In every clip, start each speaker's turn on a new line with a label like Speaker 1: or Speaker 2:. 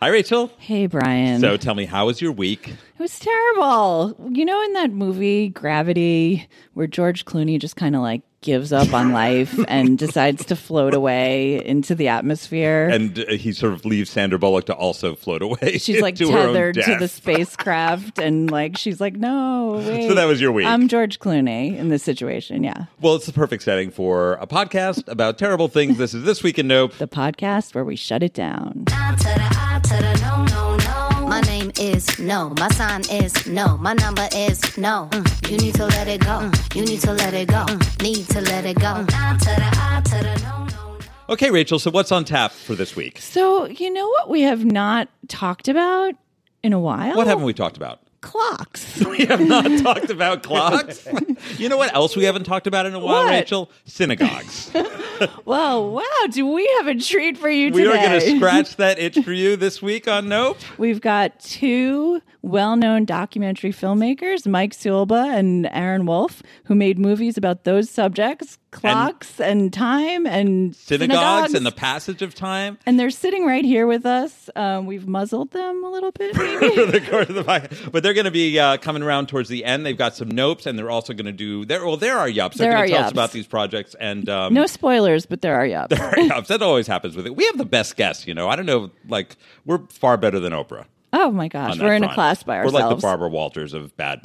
Speaker 1: Hi, Rachel.
Speaker 2: Hey, Brian.
Speaker 1: So tell me, how was your week?
Speaker 2: it was terrible. You know, in that movie Gravity, where George Clooney just kind of like gives up on life and decides to float away into the atmosphere.
Speaker 1: And uh, he sort of leaves Sandra Bullock to also float away.
Speaker 2: she's like
Speaker 1: to her own
Speaker 2: tethered to
Speaker 1: death.
Speaker 2: the spacecraft, and like she's like, no, wait.
Speaker 1: So that was your week.
Speaker 2: I'm George Clooney in this situation. Yeah,
Speaker 1: well, it's the perfect setting for a podcast about terrible things. This is This Week in Nope.
Speaker 2: the podcast where we shut it down.
Speaker 3: down to the I to the no, no, no. My name is no, my sign is no, my number is no. Mm, You need to let it go, Mm, you need to let it go, Mm, need to let it go. Down to the I to the no, no, no.
Speaker 1: Okay, Rachel, so what's on tap for this week?
Speaker 2: So you know what we have not talked about in a while?
Speaker 1: What haven't we talked about?
Speaker 2: Clocks.
Speaker 1: We have not talked about clocks. You know what else we haven't talked about in a while,
Speaker 2: What?
Speaker 1: Rachel? Synagogues.
Speaker 2: well, wow. Do we have a treat for you
Speaker 1: we
Speaker 2: today?
Speaker 1: are going to scratch that itch for you this week on Nope.
Speaker 2: We've got two well known documentary filmmakers, Mike Ciolba and Aaron Wolf, who made movies about those subjects clocks and, time and
Speaker 1: Synagogues and the passage of time.
Speaker 2: And they're sitting right here with us. Um, we've muzzled them a little bit, maybe.
Speaker 1: for the course of the podcast. But they're going to be uh, coming around towards the end. They've got some nopes, and they're also going to do. They're, well, there are yups. They're
Speaker 2: There
Speaker 1: going
Speaker 2: are
Speaker 1: to tell us
Speaker 2: yups.
Speaker 1: about these projects and um,
Speaker 2: no spoilers, but there are yups.
Speaker 1: there are yups. That always happens with it. We have the best guests, you know. I don't know, like we're far better than Oprah.
Speaker 2: Oh my
Speaker 1: on
Speaker 2: gosh,
Speaker 1: that
Speaker 2: we're in a
Speaker 1: front.
Speaker 2: class by ourselves.
Speaker 1: We're like the Barbara Walters of bad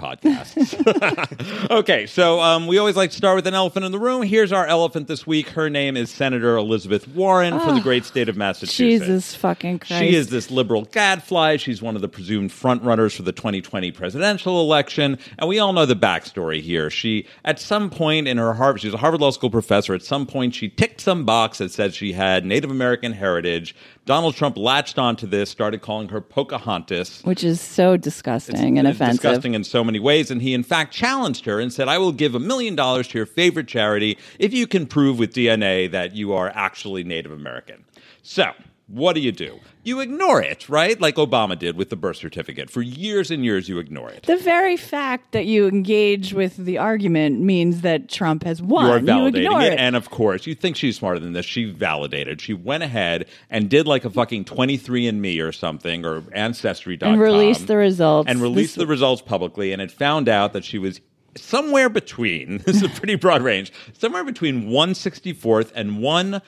Speaker 1: podcasts. okay, so um, we always like to start with an elephant in the room. Here's our elephant this week. Her name is Senator Elizabeth Warren from the great state of Massachusetts.
Speaker 2: Ah, Jesus fucking Christ.
Speaker 1: She is this liberal gadfly. She's one of the presumed frontrunners for the 2020 presidential election. And we all know the backstory here. She, at some point in her Harvard, she's a Harvard Law School professor. At some point, she ticked some box that said she had Native American heritage. Donald Trump latched onto this, started calling her Pocahontas.
Speaker 2: Which is so disgusting and
Speaker 1: It's
Speaker 2: offensive.
Speaker 1: disgusting in so many ways. And he, in fact, challenged her and said, I will give a million dollars to your favorite charity if you can prove with DNA that you are actually Native American. So, what do you do? You ignore it, right? Like Obama did with the birth certificate. For years and years, you ignore it.
Speaker 2: The very fact that you engage with the argument means that Trump has won.
Speaker 1: You are validating
Speaker 2: ignore
Speaker 1: it.
Speaker 2: it.
Speaker 1: And of course, you think she's smarter than this. She validated. She went ahead and did like a fucking 23andMe or something or Ancestry.com.
Speaker 2: And released the results.
Speaker 1: And released
Speaker 2: This-
Speaker 1: the results publicly. And it found out that she was somewhere between, this is a pretty broad range, somewhere between 164th and 1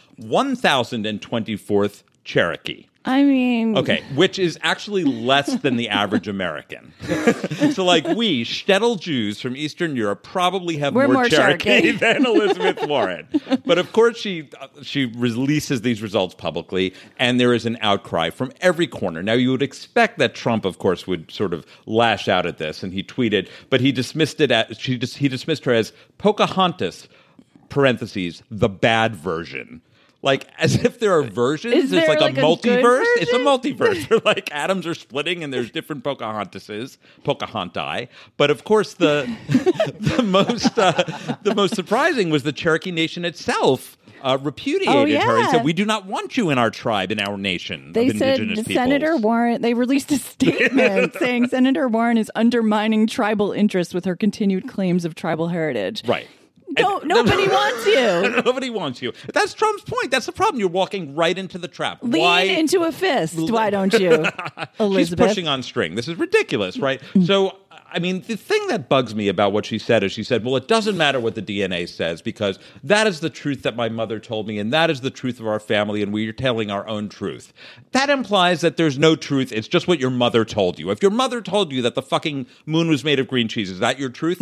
Speaker 1: 1024th Cherokee.
Speaker 2: I mean,
Speaker 1: Okay, which is actually less than the average American. so, like, we shtetl Jews from Eastern Europe probably have
Speaker 2: We're
Speaker 1: more,
Speaker 2: more
Speaker 1: Cherokee,
Speaker 2: Cherokee.
Speaker 1: than Elizabeth Warren. But of course, she uh, she releases these results publicly, and there is an outcry from every corner. Now, you would expect that Trump, of course, would sort of lash out at this, and he tweeted, but he dismissed it as she dis- he dismissed her as Pocahontas parentheses the bad version. Like as if there are versions.
Speaker 2: Is
Speaker 1: There's
Speaker 2: there,
Speaker 1: like,
Speaker 2: like,
Speaker 1: a
Speaker 2: a good
Speaker 1: multiverse. It's a
Speaker 2: version?
Speaker 1: multiverse. Where, like atoms are splitting and there's different Pocahontases, Pocahontai. But of course, the the most uh, the most surprising was the Cherokee Nation itself. Uh, repudiated
Speaker 2: Oh,
Speaker 1: her and
Speaker 2: yeah.
Speaker 1: said, "We do not want you in our tribe, in our nation."
Speaker 2: They
Speaker 1: of indigenous
Speaker 2: said
Speaker 1: peoples."
Speaker 2: Senator Warren, they released a statement saying Senator Warren is undermining tribal interests with her continued claims of tribal heritage.
Speaker 1: right?
Speaker 2: No,
Speaker 1: And-
Speaker 2: nobody wants you.
Speaker 1: Nobody wants you. That's Trump's point. That's the problem. You're walking right into the trap.
Speaker 2: Lean
Speaker 1: Why?
Speaker 2: into a fist. Why don't you, Elizabeth? Mm.
Speaker 1: She's pushing on string. This is ridiculous, right? so, I mean, the thing that bugs me about what she said is she said, well, it doesn't matter what the DNA says because that is the truth that my mother told me and that is the truth of our family and we are telling our own truth. That implies that there's no truth. It's just what your mother told you. If your mother told you that the fucking moon was made of green cheese, is that your truth?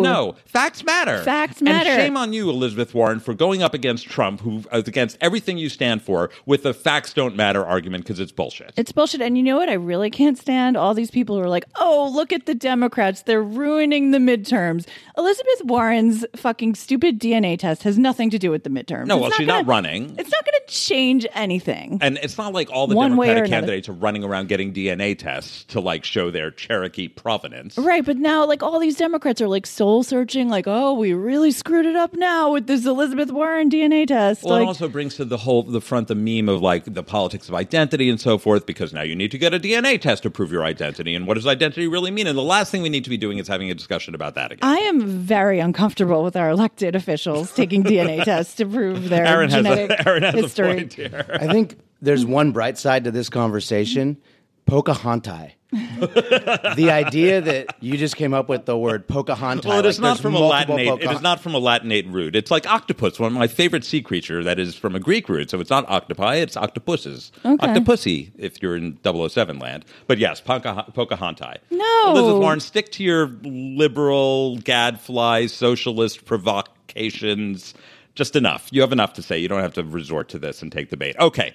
Speaker 1: Now? No. Facts matter.
Speaker 2: Facts
Speaker 1: And
Speaker 2: matter.
Speaker 1: shame on you, Elizabeth Warren, for going up against Trump, who is against everything you stand for, with the facts don't matter argument because it's bullshit.
Speaker 2: It's bullshit. And you know what? I really can't stand all these people who are like, oh, look at the Democrats. They're ruining the midterms. Elizabeth Warren's fucking stupid DNA test has nothing to do with the midterms.
Speaker 1: No,
Speaker 2: It's
Speaker 1: well, she's not running.
Speaker 2: It's not going to change anything.
Speaker 1: And it's not like all the
Speaker 2: One way or
Speaker 1: Democratic
Speaker 2: another.
Speaker 1: candidates are running around getting DNA tests to like show their Cherokee provenance.
Speaker 2: Right, but now like all these Democrats are like soul searching, like, oh, we really screwed it up now with this Elizabeth Warren DNA test.
Speaker 1: Well,
Speaker 2: like,
Speaker 1: it also brings to the whole the front the meme of like the politics of identity and so forth because now you need to get a DNA test to prove your identity and what does identity really mean? And the last thing we need to be doing is having a discussion about that again.
Speaker 2: I am very uncomfortable with our elected officials taking DNA tests to prove their
Speaker 1: Aaron has
Speaker 2: genetic
Speaker 1: a, Aaron has
Speaker 2: history.
Speaker 1: a point here.
Speaker 4: I think there's one bright side to this conversation Pocahontas. the idea that you just came up with the word Pocahontas.
Speaker 1: Well, it is
Speaker 4: like,
Speaker 1: not
Speaker 4: there's
Speaker 1: from a
Speaker 4: multiple
Speaker 1: Latinate. It is
Speaker 4: Pocahont-
Speaker 1: not from a Latinate root. It's like octopus, one of my favorite sea creature that is from a Greek root. So it's not octopi. It's octopuses. Octopussy, if you're in 007 land. But yes, Poca- Pocahontas.
Speaker 2: No.
Speaker 1: Elizabeth Warren, stick to your liberal gadfly socialist provocations. Just enough. You have enough to say. You don't have to resort to this and take the bait. Okay.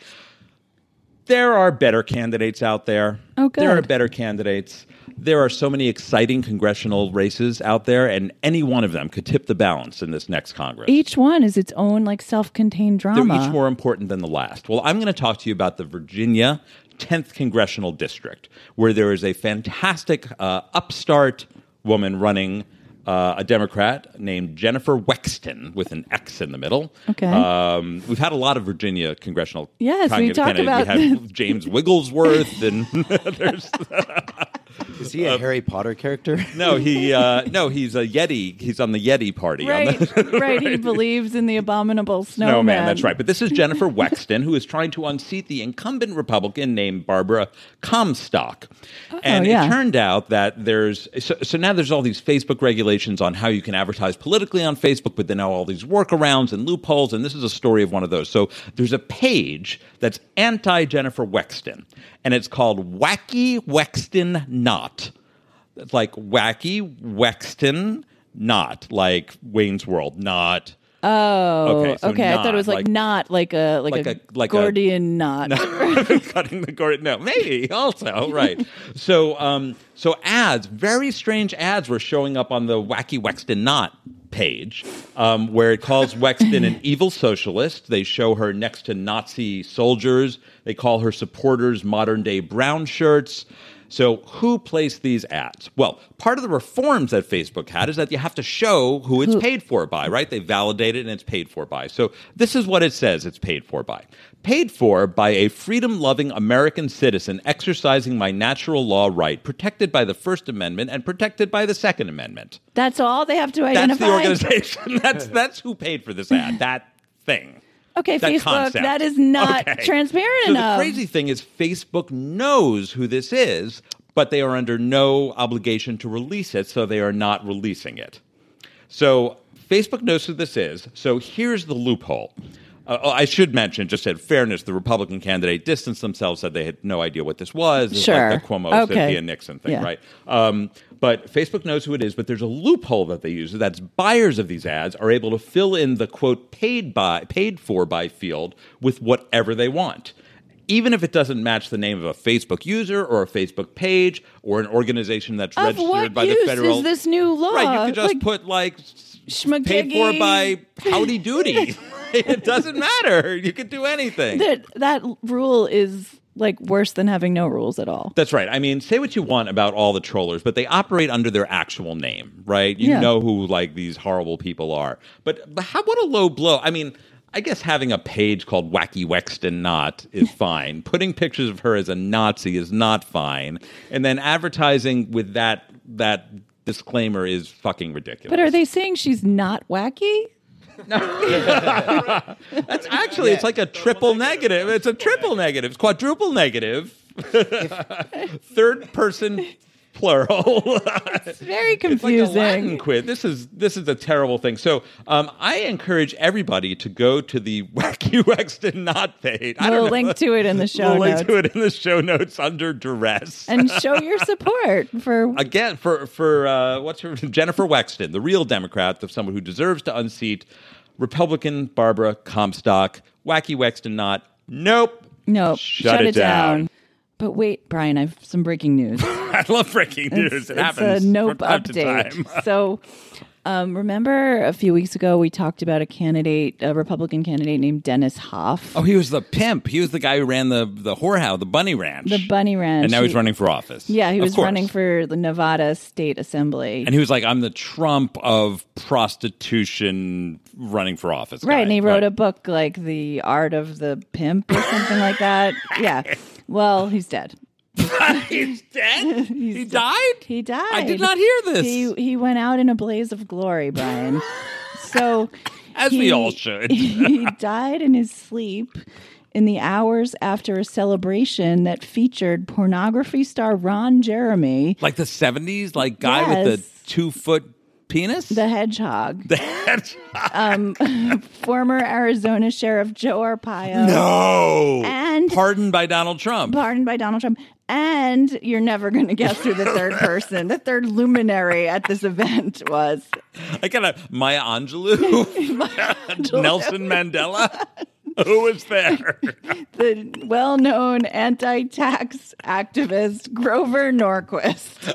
Speaker 1: There are better candidates out there.
Speaker 2: Oh, good.
Speaker 1: There are better candidates. There are so many exciting congressional races out there, and any one of them could tip the balance in this next Congress.
Speaker 2: Each one is its own like self-contained
Speaker 1: They're
Speaker 2: drama.
Speaker 1: each more important than the last. Well, I'm going to talk to you about the Virginia 10th Congressional District, where there is a fantastic uh, upstart woman running. Uh, a Democrat named Jennifer Wexton with an X in the middle.
Speaker 2: Okay.
Speaker 1: Um, we've had a lot of Virginia congressional
Speaker 2: Yes, we
Speaker 1: congre-
Speaker 2: talk
Speaker 1: candidates.
Speaker 2: about
Speaker 1: We had James Wigglesworth and
Speaker 4: Is he a Harry Potter character?
Speaker 1: No, he uh, no, he's a Yeti. He's on the Yeti party. on the-
Speaker 2: right, right. He believes in the abominable snowman.
Speaker 1: Snowman, that's right. But this is Jennifer Wexton, who is trying to unseat the incumbent Republican named Barbara Comstock. and
Speaker 2: Oh, yeah.
Speaker 1: it turned out that there's so, so now there's all these Facebook regulations on how you can advertise politically on Facebook, but then now all these workarounds and loopholes. And this is a story of one of those. So there's a page that's anti Jennifer Wexton, and it's called Wacky Wexton Not. It's like Wacky Wexton Not, like Wayne's World Not.
Speaker 2: Oh,
Speaker 1: Okay,
Speaker 2: okay.
Speaker 1: so
Speaker 2: I thought it
Speaker 1: not,
Speaker 2: was like,
Speaker 1: like-
Speaker 2: not like a like,
Speaker 1: like
Speaker 2: a,
Speaker 1: a- like a-
Speaker 2: Gordian knot.
Speaker 1: cutting the cord. No, maybe also right. So, um, so ads, very strange ads, were showing up on the Wacky Wexton Knot page, um, where it calls Wexton an evil socialist. They show her next to Nazi soldiers. They call her supporters modern day brown shirts. So, who placed these ads? Well, part of the reforms that Facebook had is that you have to show who it's paid for by, right? They validate it and it's paid for by. So, this is what it says it's paid for by. Paid for by a freedom loving American citizen exercising my natural law right, protected by the First Amendment and protected by the Second Amendment.
Speaker 2: that's all they have to
Speaker 1: That's
Speaker 2: identify.
Speaker 1: the organization. That's, that's who paid for this ad, that thing.
Speaker 2: Okay,
Speaker 1: that
Speaker 2: Facebook,
Speaker 1: concept.
Speaker 2: that is not
Speaker 1: Okay.
Speaker 2: transparent
Speaker 1: So
Speaker 2: enough.
Speaker 1: the crazy thing is, Facebook knows who this is, but they are under no obligation to release it, so they are not releasing it. So Facebook knows who this is. So here's the loophole. Uh, oh, I should mention, just in fairness, the Republican candidate distanced themselves, said they had no idea what this was. It's
Speaker 2: Sure.
Speaker 1: Like the Cuomo,
Speaker 2: Okay.
Speaker 1: Cynthia Nixon thing,
Speaker 2: Yeah.
Speaker 1: right? Um, but Facebook knows who it is, but there's a loophole that they use. That's buyers of these ads are able to fill in the quote paid by paid for by field with whatever they want. Even if it doesn't match the name of a Facebook user or a Facebook page or an organization that's
Speaker 2: Of
Speaker 1: registered
Speaker 2: what
Speaker 1: by
Speaker 2: use
Speaker 1: the federal
Speaker 2: is this new law?
Speaker 1: Right, you could just
Speaker 2: Like,
Speaker 1: put like s-
Speaker 2: Schmagiggy.
Speaker 1: paid for by Howdy Doody. it doesn't matter. You could do anything.
Speaker 2: that that rule is like worse than having no rules at all.
Speaker 1: That's right. I mean, say what you want about all the trollers, but they operate under their actual name, right? You
Speaker 2: Yeah.
Speaker 1: know who like these horrible people are. But, but how, what a low blow. I mean, I guess having a page called Wacky Wexton Not is fine. Putting pictures of her as a Nazi is not fine. And then advertising with that that disclaimer is fucking ridiculous.
Speaker 2: But are they saying she's not wacky?
Speaker 1: That's actually it's like a triple negative. It's a triple negative. It's quadruple negative. Third person plural.
Speaker 2: It's very
Speaker 1: It's like
Speaker 2: confusing.
Speaker 1: a Latin quiz. This is this is a terrible thing. So um, I encourage everybody to go to the Wacky Wexton Not Paid. I
Speaker 2: we'll
Speaker 1: don't know.
Speaker 2: link to it in the show
Speaker 1: We'll link
Speaker 2: notes
Speaker 1: to it in the show notes under duress.
Speaker 2: and show your support for
Speaker 1: Again, for for uh, what's her Jennifer Wexton, the real Democrat, the someone who deserves to unseat Republican Barbara Comstock, Wacky Wexton Not. Nope.
Speaker 2: no.
Speaker 1: Shut it down.
Speaker 2: But wait, Brian, I've some breaking news.
Speaker 1: I love breaking news.
Speaker 2: It's,
Speaker 1: it
Speaker 2: it's
Speaker 1: happens
Speaker 2: a nope
Speaker 1: from time
Speaker 2: update.
Speaker 1: to time.
Speaker 2: so, um, remember a few weeks ago we talked about a candidate, a Republican candidate named Dennis Hoff,
Speaker 1: Oh, he was the pimp. He was the guy who ran the the whorehouse, the bunny ranch.
Speaker 2: the Bunny Ranch,
Speaker 1: and now he's
Speaker 2: He-
Speaker 1: running for office.
Speaker 2: Yeah, he
Speaker 1: Of
Speaker 2: was
Speaker 1: course.
Speaker 2: running for the Nevada State Assembly.
Speaker 1: And he was like, "I'm the Trump of prostitution, running for office."
Speaker 2: Right,
Speaker 1: guy.
Speaker 2: and he wrote
Speaker 1: Right.
Speaker 2: a book like The Art of the Pimp or something like that. Yeah. Well, he's dead.
Speaker 1: He's dead. he died.
Speaker 2: He died.
Speaker 1: I did not hear this.
Speaker 2: He he went out in a blaze of glory, Brian. so
Speaker 1: As we all should.
Speaker 2: he died in his sleep in the hours after a celebration that featured pornography star Ron Jeremy,
Speaker 1: Like the 70s, like guy with
Speaker 2: Yes.
Speaker 1: the two foot penis?
Speaker 2: the hedgehog,
Speaker 1: That's-
Speaker 2: former Arizona Sheriff Joe Arpaio.
Speaker 1: no.
Speaker 2: And-
Speaker 1: Pardoned by Donald Trump.
Speaker 2: pardoned by Donald Trump. And you're never going to guess who the third person, the third luminary at this event was.
Speaker 1: I got a Maya Angelou, Nelson Mandela. Who was there?
Speaker 2: The well known anti tax activist Grover Norquist.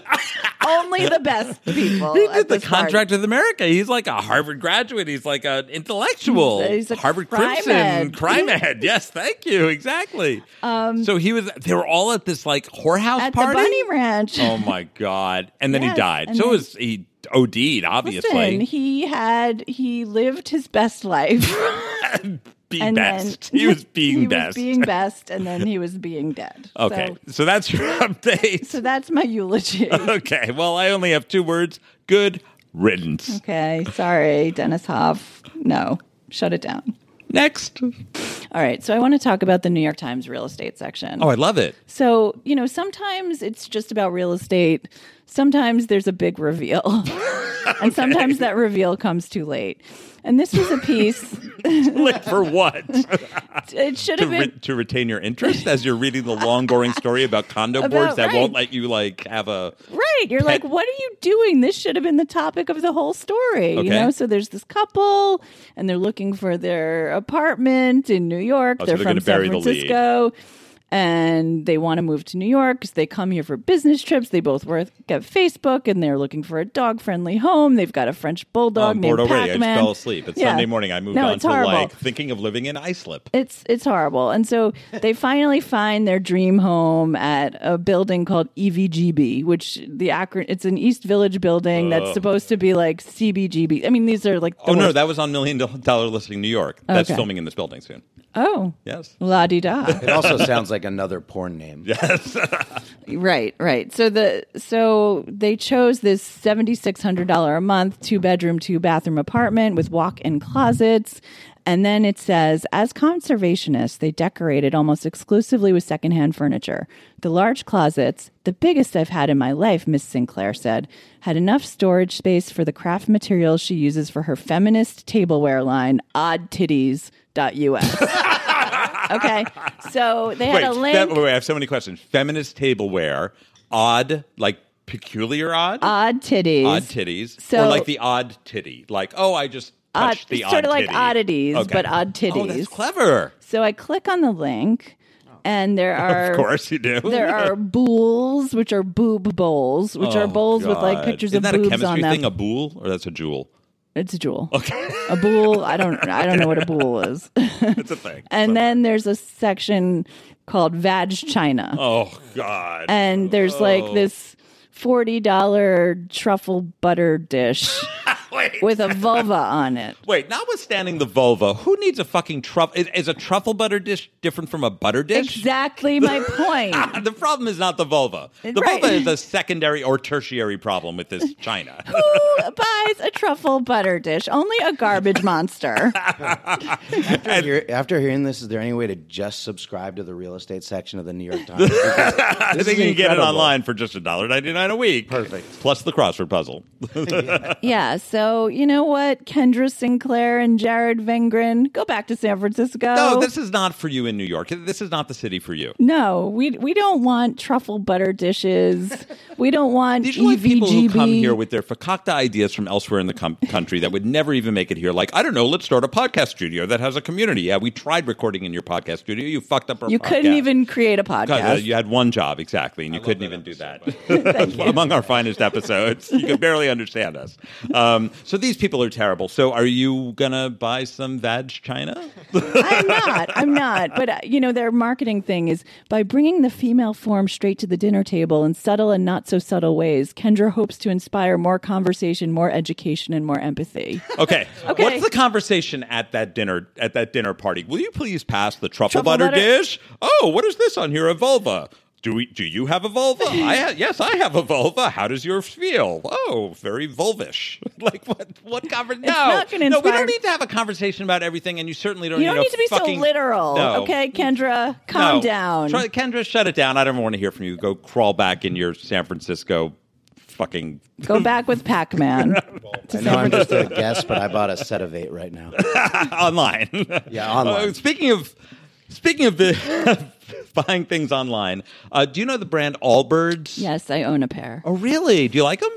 Speaker 2: Only the best people.
Speaker 1: He
Speaker 2: at
Speaker 1: did the
Speaker 2: this party.
Speaker 1: contract with America. He's like a Harvard graduate. He's like an intellectual.
Speaker 2: He's a
Speaker 1: Harvard
Speaker 2: crime
Speaker 1: Crimson
Speaker 2: head. Um,
Speaker 1: crime head. Yes, thank you. Exactly. so he was. They were all at this like whorehouse
Speaker 2: At
Speaker 1: party.
Speaker 2: the Bunny Ranch.
Speaker 1: oh my god! And then
Speaker 2: Yes,
Speaker 1: he died.
Speaker 2: and
Speaker 1: So
Speaker 2: then-
Speaker 1: it was he OD'd obviously.
Speaker 2: Listen, he had, he lived his best life.
Speaker 1: Be
Speaker 2: And
Speaker 1: best.
Speaker 2: then
Speaker 1: he was being
Speaker 2: he
Speaker 1: best.
Speaker 2: Was being best, and then he was being dead.
Speaker 1: okay,
Speaker 2: So,
Speaker 1: so, that's your update.
Speaker 2: so that's my eulogy.
Speaker 1: Okay. Well, I only have two words. Good riddance.
Speaker 2: Okay, sorry, Dennis Hoff. No, shut it down.
Speaker 1: Next.
Speaker 2: All right, so I want to talk about the New York Times real estate section.
Speaker 1: Oh, I love it.
Speaker 2: So, you know, sometimes it's just about real estate, sometimes there's a big reveal, and sometimes that reveal comes too late. And this was a piece,
Speaker 1: Like for what?
Speaker 2: it should
Speaker 1: to,
Speaker 2: have
Speaker 1: re-
Speaker 2: been.
Speaker 1: to retain your interest as you're reading the long boring story about condo
Speaker 2: About-
Speaker 1: boards that
Speaker 2: right.
Speaker 1: won't let you like have a
Speaker 2: Right. You're like, what are you doing? This should have been the topic of the whole story.
Speaker 1: Okay.
Speaker 2: You know, so there's this couple and they're looking for their apartment in New York.
Speaker 1: Oh, so
Speaker 2: they're,
Speaker 1: they're
Speaker 2: from
Speaker 1: gonna
Speaker 2: San
Speaker 1: bury the lead.
Speaker 2: Francisco. and they want to move to New York because they come here for business trips. They both work at Facebook and they're looking for a dog friendly home. They've got a French bulldog
Speaker 1: I'm
Speaker 2: named
Speaker 1: bored already. I
Speaker 2: Pac-Man.
Speaker 1: just fell asleep. It's
Speaker 2: Yeah.
Speaker 1: Sunday morning. I moved
Speaker 2: No,
Speaker 1: on
Speaker 2: it's
Speaker 1: to
Speaker 2: horrible.
Speaker 1: like thinking of living in Islip.
Speaker 2: It's it's horrible. And so they finally find their dream home at a building called E EVGB, which the acronym it's an East Village building that's supposed to be like CBGB. I mean, these are like the
Speaker 1: Uh. Oh no,
Speaker 2: worst-
Speaker 1: that was on Million Dollar Listing New York. That's
Speaker 2: Okay.
Speaker 1: filming in this building soon.
Speaker 2: oh
Speaker 1: Yes.
Speaker 2: la di da.
Speaker 4: It also sounds like another porn name.
Speaker 2: right, right. So the so they chose this seventy six hundred dollar a month two bedroom two bathroom apartment with walk in closets. And then it says, as conservationists, they decorated almost exclusively with secondhand furniture. The large closets, the biggest I've had in my life, Miss Sinclair said, had enough storage space for the craft materials she uses for her feminist tableware line, oddtitties.us. okay. So they
Speaker 1: Wait,
Speaker 2: had a link.
Speaker 1: that- wait, I have so many questions. Feminist tableware, odd, like peculiar odd,
Speaker 2: odd titties.
Speaker 1: odd titties,
Speaker 2: So-
Speaker 1: or like the odd titty, like oh, I just
Speaker 2: Odd-
Speaker 1: touched the
Speaker 2: it's
Speaker 1: odd
Speaker 2: sort of like
Speaker 1: titty.
Speaker 2: oddities,
Speaker 1: Okay.
Speaker 2: but odd
Speaker 1: Oh, that's
Speaker 2: titties.
Speaker 1: clever.
Speaker 2: so I click on the link, and there are
Speaker 1: Oh. Of course you do.
Speaker 2: there are bools, which are boob bowls, which are
Speaker 1: Oh,
Speaker 2: bowls with like
Speaker 1: God.
Speaker 2: pictures
Speaker 1: Isn't
Speaker 2: of
Speaker 1: that a
Speaker 2: boobs
Speaker 1: chemistry
Speaker 2: on them.
Speaker 1: thing? A bool or that's a jewel?
Speaker 2: it's a jewel. Okay. A bool. I don't. I don't know what a bool is.
Speaker 1: It's a thing.
Speaker 2: and then there's a section called Vag China.
Speaker 1: oh God.
Speaker 2: and there's like this forty dollar truffle butter dish
Speaker 1: wait,
Speaker 2: with a vulva on it.
Speaker 1: wait. Notwithstanding the vulva, who needs a fucking truffle? Is, is a truffle butter dish different from a butter dish?
Speaker 2: Exactly my point.
Speaker 1: Ah, the problem is not the vulva. The
Speaker 2: Right.
Speaker 1: vulva is a secondary or tertiary problem with this China.
Speaker 2: Who buys a truffle butter dish? Only a garbage monster.
Speaker 4: After, hear- after hearing this, is there any way to just subscribe to the real estate section of the New York Times? Because
Speaker 1: I
Speaker 4: this
Speaker 1: think
Speaker 4: is
Speaker 1: you can get it
Speaker 4: incredible.
Speaker 1: online for just $1.99 a week.
Speaker 4: Perfect.
Speaker 1: Plus the crossword puzzle.
Speaker 2: yeah, so you know what? Kendra Sinclair and Jared Vengren, go back to San Francisco.
Speaker 1: No, this is not for you in New York. This is not the city for you.
Speaker 2: No, we we don't want truffle butter dishes. We don't want E
Speaker 1: These are like people who
Speaker 2: EVGB.
Speaker 1: come here with their fakakta ideas from elsewhere in the com- country that would never even make it here. Like, I don't know, let's start a podcast studio that has a community. Yeah, we tried recording in your podcast studio. You fucked up our
Speaker 2: you couldn't
Speaker 1: podcast.
Speaker 2: even create a
Speaker 1: God, uh,
Speaker 2: podcast.
Speaker 1: you had one job exactly, and you couldn't even do that. Among our finest episodes, you could barely understand us. Um, so these people are terrible. So are you gonna buy some vag china?
Speaker 2: I'm not. I'm not. But uh, you know, their marketing thing is by bringing the female form straight to the dinner table in subtle and not so subtle ways. Kendra hopes to inspire more conversation, more education, and more empathy.
Speaker 1: Okay.
Speaker 2: Okay.
Speaker 1: What's the conversation at that dinner at that dinner party? Will you please pass the truffle,
Speaker 2: Truffle
Speaker 1: butter,
Speaker 2: butter-
Speaker 1: dish? Oh, what is this on here? A vulva. Do we? Do you have a vulva? I ha- yes, I have a vulva. How does yours feel? Oh, very vulvish. like what? What conversation? No,
Speaker 2: not gonna
Speaker 1: no. We don't
Speaker 2: inspire-
Speaker 1: need to have a conversation about everything, and you certainly don't.
Speaker 2: You don't
Speaker 1: a
Speaker 2: need to be
Speaker 1: fucking-
Speaker 2: so literal.
Speaker 1: No.
Speaker 2: Okay, Kendra, calm
Speaker 1: No.
Speaker 2: down.
Speaker 1: Try- Kendra, shut it down. I don't want to hear from you. Go crawl back in your San Francisco fucking.
Speaker 2: Go back with Pac Man.
Speaker 4: I know I'm just a guest, but I bought a set of eight right now.
Speaker 1: online.
Speaker 4: Yeah, online.
Speaker 1: Uh, speaking of speaking of the buying things online, uh, do you know the brand Allbirds?
Speaker 2: yes, I own a pair.
Speaker 1: Oh, really? Do you like them?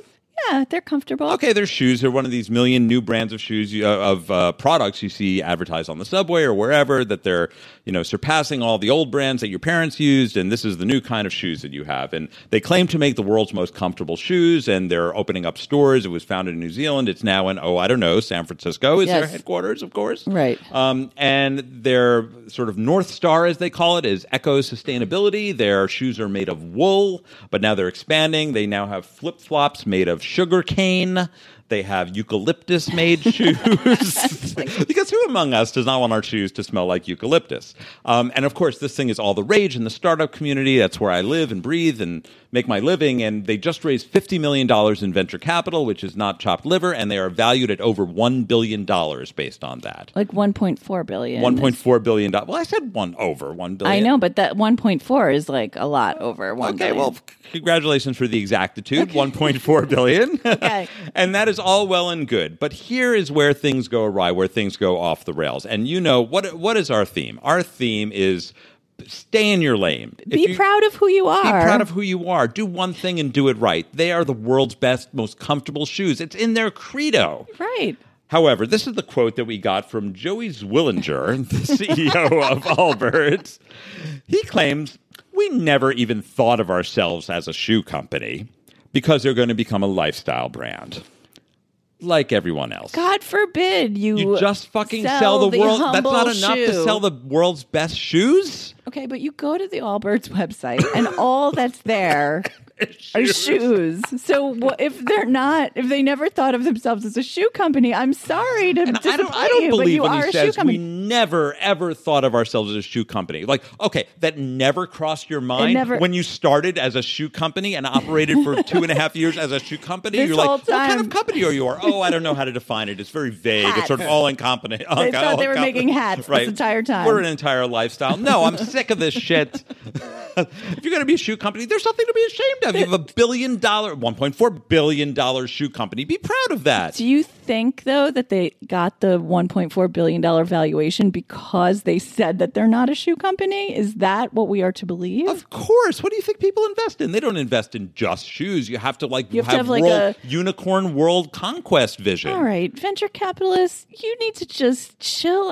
Speaker 2: Yeah, they're comfortable.
Speaker 1: Okay, their shoes are one of these million new brands of shoes you- uh, of uh, products you see advertised on the subway or wherever that they're you know surpassing all the old brands that your parents used, and this is the new kind of shoes that you have. And they claim to make the world's most comfortable shoes, and they're opening up stores. It was founded in New Zealand. It's now in oh I don't know San Francisco is their
Speaker 2: Yes.
Speaker 1: headquarters, of course.
Speaker 2: Right.
Speaker 1: Um, and their sort of north star, as they call it, is eco sustainability. Their shoes are made of wool, but now they're expanding. They now have flip flops made of sugar cane. They have eucalyptus made shoes. because who among us does not want our shoes to smell like eucalyptus? Um, and of course, this thing is all the rage in the startup community. That's where I live and breathe and make my living. And they just raised $50 million in venture capital, which is not chopped liver. And they are valued at over $1 billion based on that.
Speaker 2: Like 1.4 billion.
Speaker 1: One point four billion dollars. Well, I said one over one billion.
Speaker 2: I know, but that 1.4 is like a lot over one.
Speaker 1: Okay,
Speaker 2: billion.
Speaker 1: well, c- congratulations for the exactitude. One point four billion.
Speaker 2: Okay.
Speaker 1: and that is all well and good. But here is where things go awry, where things go off the rails. And you know what? What is our theme? Our theme is stay in your lane. If
Speaker 2: be
Speaker 1: you-
Speaker 2: proud of who you are.
Speaker 1: Be proud of who you are. Do one thing and do it right. They are the world's best, most comfortable shoes. It's in their credo.
Speaker 2: Right.
Speaker 1: However, this is the quote that we got from Joey Zwillinger, the CEO of Allbirds. He claims, We never even thought of ourselves as a shoe company because they're going to become a lifestyle brand like everyone else.
Speaker 2: God forbid you.
Speaker 1: you just fucking sell, the, world. That's
Speaker 2: humble
Speaker 1: not enough to
Speaker 2: shoe.
Speaker 1: sell the world's best shoes?
Speaker 2: Okay, but you go to the Allbirds website, and all that's there are shoes. So wha- if they're not, if they never thought of themselves as a shoe company, I'm sorry to disappoint
Speaker 1: I don't, I don't
Speaker 2: you, but
Speaker 1: believe
Speaker 2: you
Speaker 1: when
Speaker 2: are
Speaker 1: he
Speaker 2: a shoe
Speaker 1: says we
Speaker 2: company.
Speaker 1: never ever thought of ourselves as a shoe company. Like, okay, that never crossed your mind
Speaker 2: never-
Speaker 1: when you started as a shoe company and operated for two and a half years as a shoe company.
Speaker 2: This
Speaker 1: You're like,
Speaker 2: whole
Speaker 1: what kind
Speaker 2: time-
Speaker 1: of company are you? Are oh, I don't know how to define it. It's very vague. It's sort of
Speaker 2: Hats.
Speaker 1: all incompetent.
Speaker 2: They thought they were making hats this entire time.
Speaker 1: We're an entire lifestyle. No, I'm sick of this shit. if you're going to be a shoe company, there's something to be ashamed of. You have a billion dollar, 1.4 billion dollar shoe company. Be proud of that.
Speaker 2: Do you think though that they got the 1.4 billion dollar valuation because they said that they're not a shoe company? Is that what we are to believe?
Speaker 1: Of course. What do you think people invest in? They don't invest in just shoes. You have to like
Speaker 2: You have to have, like,
Speaker 1: world,
Speaker 2: a-
Speaker 1: unicorn world conquest vision.
Speaker 2: All right, venture capitalists, you need to just chill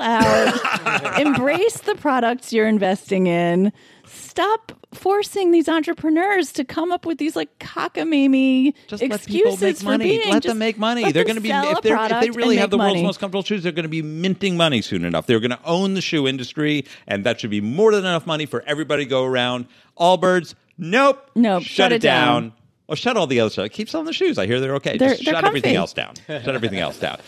Speaker 2: out, embrace the products you're investing in, stop forcing these entrepreneurs to come up with these like cockamamie
Speaker 1: Just let people
Speaker 2: excuses
Speaker 1: make
Speaker 2: for
Speaker 1: money.
Speaker 2: being.
Speaker 1: let
Speaker 2: just
Speaker 1: them make money.
Speaker 2: let
Speaker 1: they're
Speaker 2: them
Speaker 1: going to be
Speaker 2: sell
Speaker 1: if,
Speaker 2: a
Speaker 1: they're, if
Speaker 2: product
Speaker 1: they
Speaker 2: and
Speaker 1: really have
Speaker 2: make
Speaker 1: the
Speaker 2: money.
Speaker 1: world's most comfortable shoes, they're going to be minting money soon enough. They're going to own the shoe industry, and that should be more than enough money for everybody to go around. Allbirds, nope,
Speaker 2: Nope,
Speaker 1: shut,
Speaker 2: shut
Speaker 1: it
Speaker 2: it down.
Speaker 1: down. Or shut all the other stuff. Keep selling the shoes. I hear they're okay.
Speaker 2: They're-
Speaker 1: Just
Speaker 2: they're
Speaker 1: shut everything
Speaker 2: comfy.
Speaker 1: else down. Shut everything else down.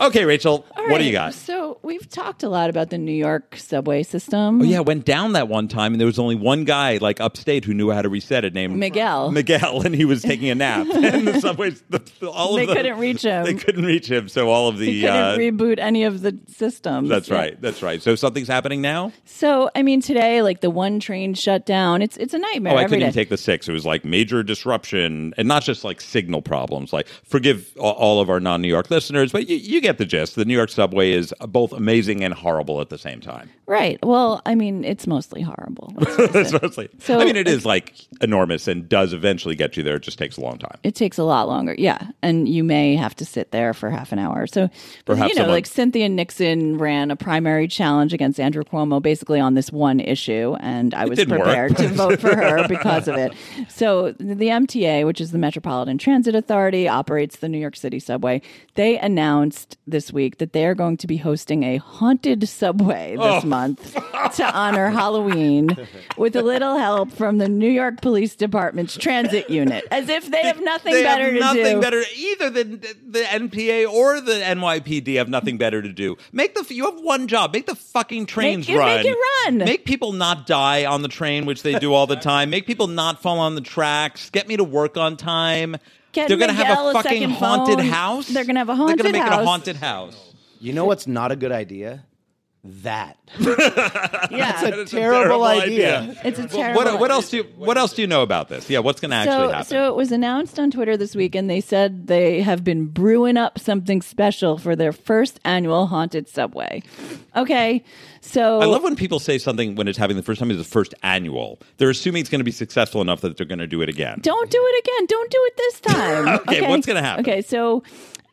Speaker 1: Okay, Rachel,
Speaker 2: All
Speaker 1: what do you
Speaker 2: right,
Speaker 1: got?
Speaker 2: So we've talked a lot about the New York subway system.
Speaker 1: Oh yeah, it went down that one time, and there was only one guy like upstate who knew how to reset it, named
Speaker 2: Miguel.
Speaker 1: Miguel, and he was taking a nap. and the subways, the, the- all
Speaker 2: They
Speaker 1: of the,
Speaker 2: couldn't reach him.
Speaker 1: They couldn't reach him. So all of the.
Speaker 2: They couldn't
Speaker 1: uh,
Speaker 2: reboot any of the systems.
Speaker 1: that's
Speaker 2: Yeah.
Speaker 1: right. That's right. So something's happening now.
Speaker 2: So I mean, today, like the one train shut down. It's it's a nightmare.
Speaker 1: Oh, I
Speaker 2: every
Speaker 1: couldn't even
Speaker 2: day.
Speaker 1: take the six. It was like major disruption, and not just like signal problems. Like, forgive a- all of our non-New York listeners, but you, you get the gist. The New York subway is both amazing and horrible at the same time.
Speaker 2: Right. Well, I mean, it's mostly horrible.
Speaker 1: That's mostly.
Speaker 2: So-
Speaker 1: I mean, it is like enormous and does eventually get you there. It just takes a long time.
Speaker 2: it takes a lot longer. Yeah. And you may have to sit there for half an hour. So, but,
Speaker 1: Perhaps
Speaker 2: you know,
Speaker 1: someone-
Speaker 2: like Cynthia Nixon ran a primary challenge against Andrew Cuomo basically on this one issue. And I was
Speaker 1: didn't work.
Speaker 2: prepared to vote for her because of it. So the MTA MTA, which is the Metropolitan Transit Authority, operates the New York City subway. They announced this week that they are going to be hosting a haunted subway this
Speaker 1: Oh.
Speaker 2: month to honor Halloween with a little help from the New York Police Department's transit unit, as if they have nothing
Speaker 1: they
Speaker 2: better
Speaker 1: have
Speaker 2: to
Speaker 1: nothing
Speaker 2: do.
Speaker 1: better either than the the NPA or the NYPD have nothing better to do. Make the you have one job. Make the fucking trains
Speaker 2: you-
Speaker 1: run.
Speaker 2: make it run.
Speaker 1: Make people not die on the train, which they do all the time. Make people not fall on the tracks. Get me to work on time.
Speaker 2: Get
Speaker 1: They're gonna
Speaker 2: Miguel
Speaker 1: have
Speaker 2: a
Speaker 1: a fucking
Speaker 2: second
Speaker 1: haunted
Speaker 2: phone.
Speaker 1: house.
Speaker 2: They're gonna have a
Speaker 1: They're
Speaker 2: haunted
Speaker 1: gonna make it
Speaker 2: house.
Speaker 1: a haunted house.
Speaker 4: You know what's not a good idea? That.
Speaker 2: Yeah,
Speaker 4: That's a terrible idea.
Speaker 2: it's a terrible.
Speaker 1: What, what else do you What else do you know about this? Yeah, what's going to actually
Speaker 2: so,
Speaker 1: happen?
Speaker 2: so it was announced on Twitter this week, and they said they have been brewing up something special for their first annual haunted subway. Okay, so
Speaker 1: I love when people say something when it's having the first time is the first annual. They're assuming it's going to be successful enough that they're going to do it again.
Speaker 2: Don't do it again. Don't do it this time.
Speaker 1: Okay, what's gonna happen?
Speaker 2: Okay, so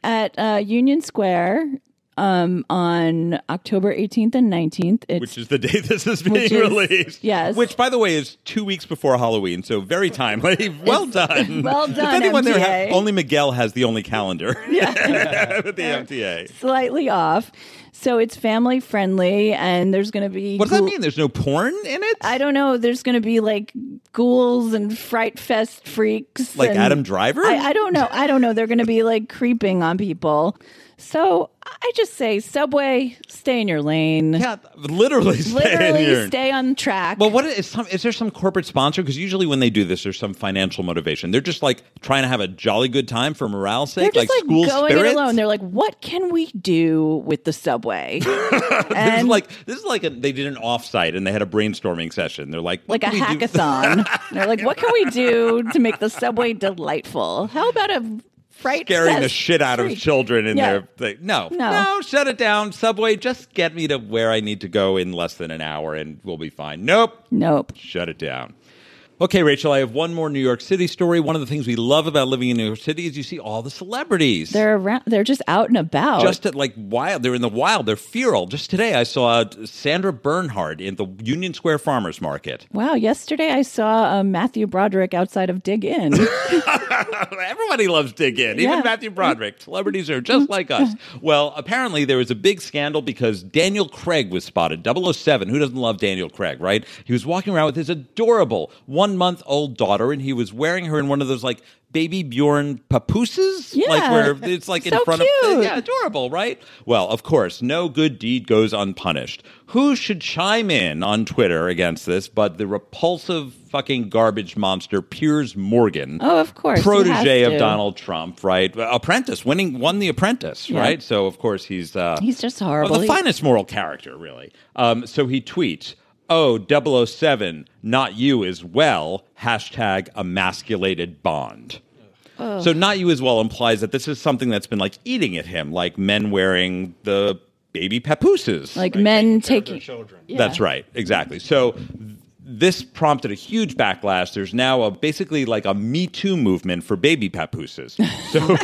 Speaker 2: at uh, Union Square um, on October 18th and 19th, it's
Speaker 1: which is the day this is being
Speaker 2: Which is-
Speaker 1: released.
Speaker 2: yes.
Speaker 1: Which, by the way, is two weeks before Halloween, so very timely. Well done.
Speaker 2: well
Speaker 1: If
Speaker 2: done,
Speaker 1: anyone there
Speaker 2: MTA.
Speaker 1: ha- only Miguel has the only calendar at the MTA.
Speaker 2: slightly off. So it's family friendly, and there's going to be
Speaker 1: What does that
Speaker 2: ghoul-
Speaker 1: mean? There's no porn in it?
Speaker 2: I don't know. There's going to be like ghouls and fright fest freaks,
Speaker 1: like
Speaker 2: and-
Speaker 1: Adam Driver?
Speaker 2: I, I don't know. I don't know. They're going to be like creeping on people. So I just say, subway, stay in your lane.
Speaker 1: yeah, literally stay in
Speaker 2: Literally
Speaker 1: here.
Speaker 2: stay on track.
Speaker 1: Well, what is some? Is there some corporate sponsor? Because usually when they do this, there's some financial motivation. They're just like trying to have a jolly good time for morale's
Speaker 2: They're
Speaker 1: sake,
Speaker 2: just like,
Speaker 1: school
Speaker 2: going
Speaker 1: spirit.
Speaker 2: it alone. They're like, what can we do with the subway?
Speaker 1: This is
Speaker 2: and like,
Speaker 1: like this is like a, they did an offsite and they had a brainstorming session. They're like, what
Speaker 2: a
Speaker 1: can we do-
Speaker 2: hackathon. They're like, what can we do to make the subway delightful? How about a fright
Speaker 1: scaring the
Speaker 2: fest
Speaker 1: shit out of
Speaker 2: freak?
Speaker 1: children in
Speaker 2: Yeah.
Speaker 1: their thing. No,
Speaker 2: No.
Speaker 1: shut it down. Subway, just get me to where I need to go in less than an hour, and we'll be fine. Nope.
Speaker 2: Nope.
Speaker 1: Shut it down. Okay, Rachel, I have one more New York City story. One of the things we love about living in New York City is you see all the celebrities.
Speaker 2: They're around. They're just out and about.
Speaker 1: just at like wild. They're in the wild. They're feral. Just today, I saw Sandra Bernhard in the Union Square Farmers Market.
Speaker 2: wow. Yesterday I saw uh, Matthew Broderick outside of Dig In.
Speaker 1: Everybody loves Dig In,
Speaker 2: Yeah.
Speaker 1: even Matthew Broderick. Celebrities are just like us. Well, apparently there was a big scandal because Daniel Craig was spotted. 007, who doesn't love Daniel Craig, right? He was walking around with his adorable one month old daughter, and he was wearing her in one of those like baby Bjorn papooses, like
Speaker 2: Yeah.
Speaker 1: where it's like in
Speaker 2: So
Speaker 1: front of
Speaker 2: cute.
Speaker 1: yeah, adorable, right? Well, of course, no good deed goes unpunished. Who should chime in on Twitter against this but the repulsive fucking garbage monster Piers Morgan?
Speaker 2: Oh, of course, he
Speaker 1: protege
Speaker 2: has
Speaker 1: of
Speaker 2: to.
Speaker 1: Donald Trump, right? Apprentice, winning, won the Apprentice,
Speaker 2: Yeah.
Speaker 1: right? So of course he's uh,
Speaker 2: He's just
Speaker 1: of
Speaker 2: horrible.
Speaker 1: the
Speaker 2: He-
Speaker 1: finest moral character, really. Um, so he tweets, "Oh, 007, not you as well." Hashtag emasculated bond. So not you as well implies that this is something that's been like eating at him, like men wearing the baby papooses,
Speaker 2: like men taking.
Speaker 5: children.
Speaker 1: that's right. Exactly. So th- this prompted a huge backlash. There's now a basically like a Me Too movement for baby papooses. So,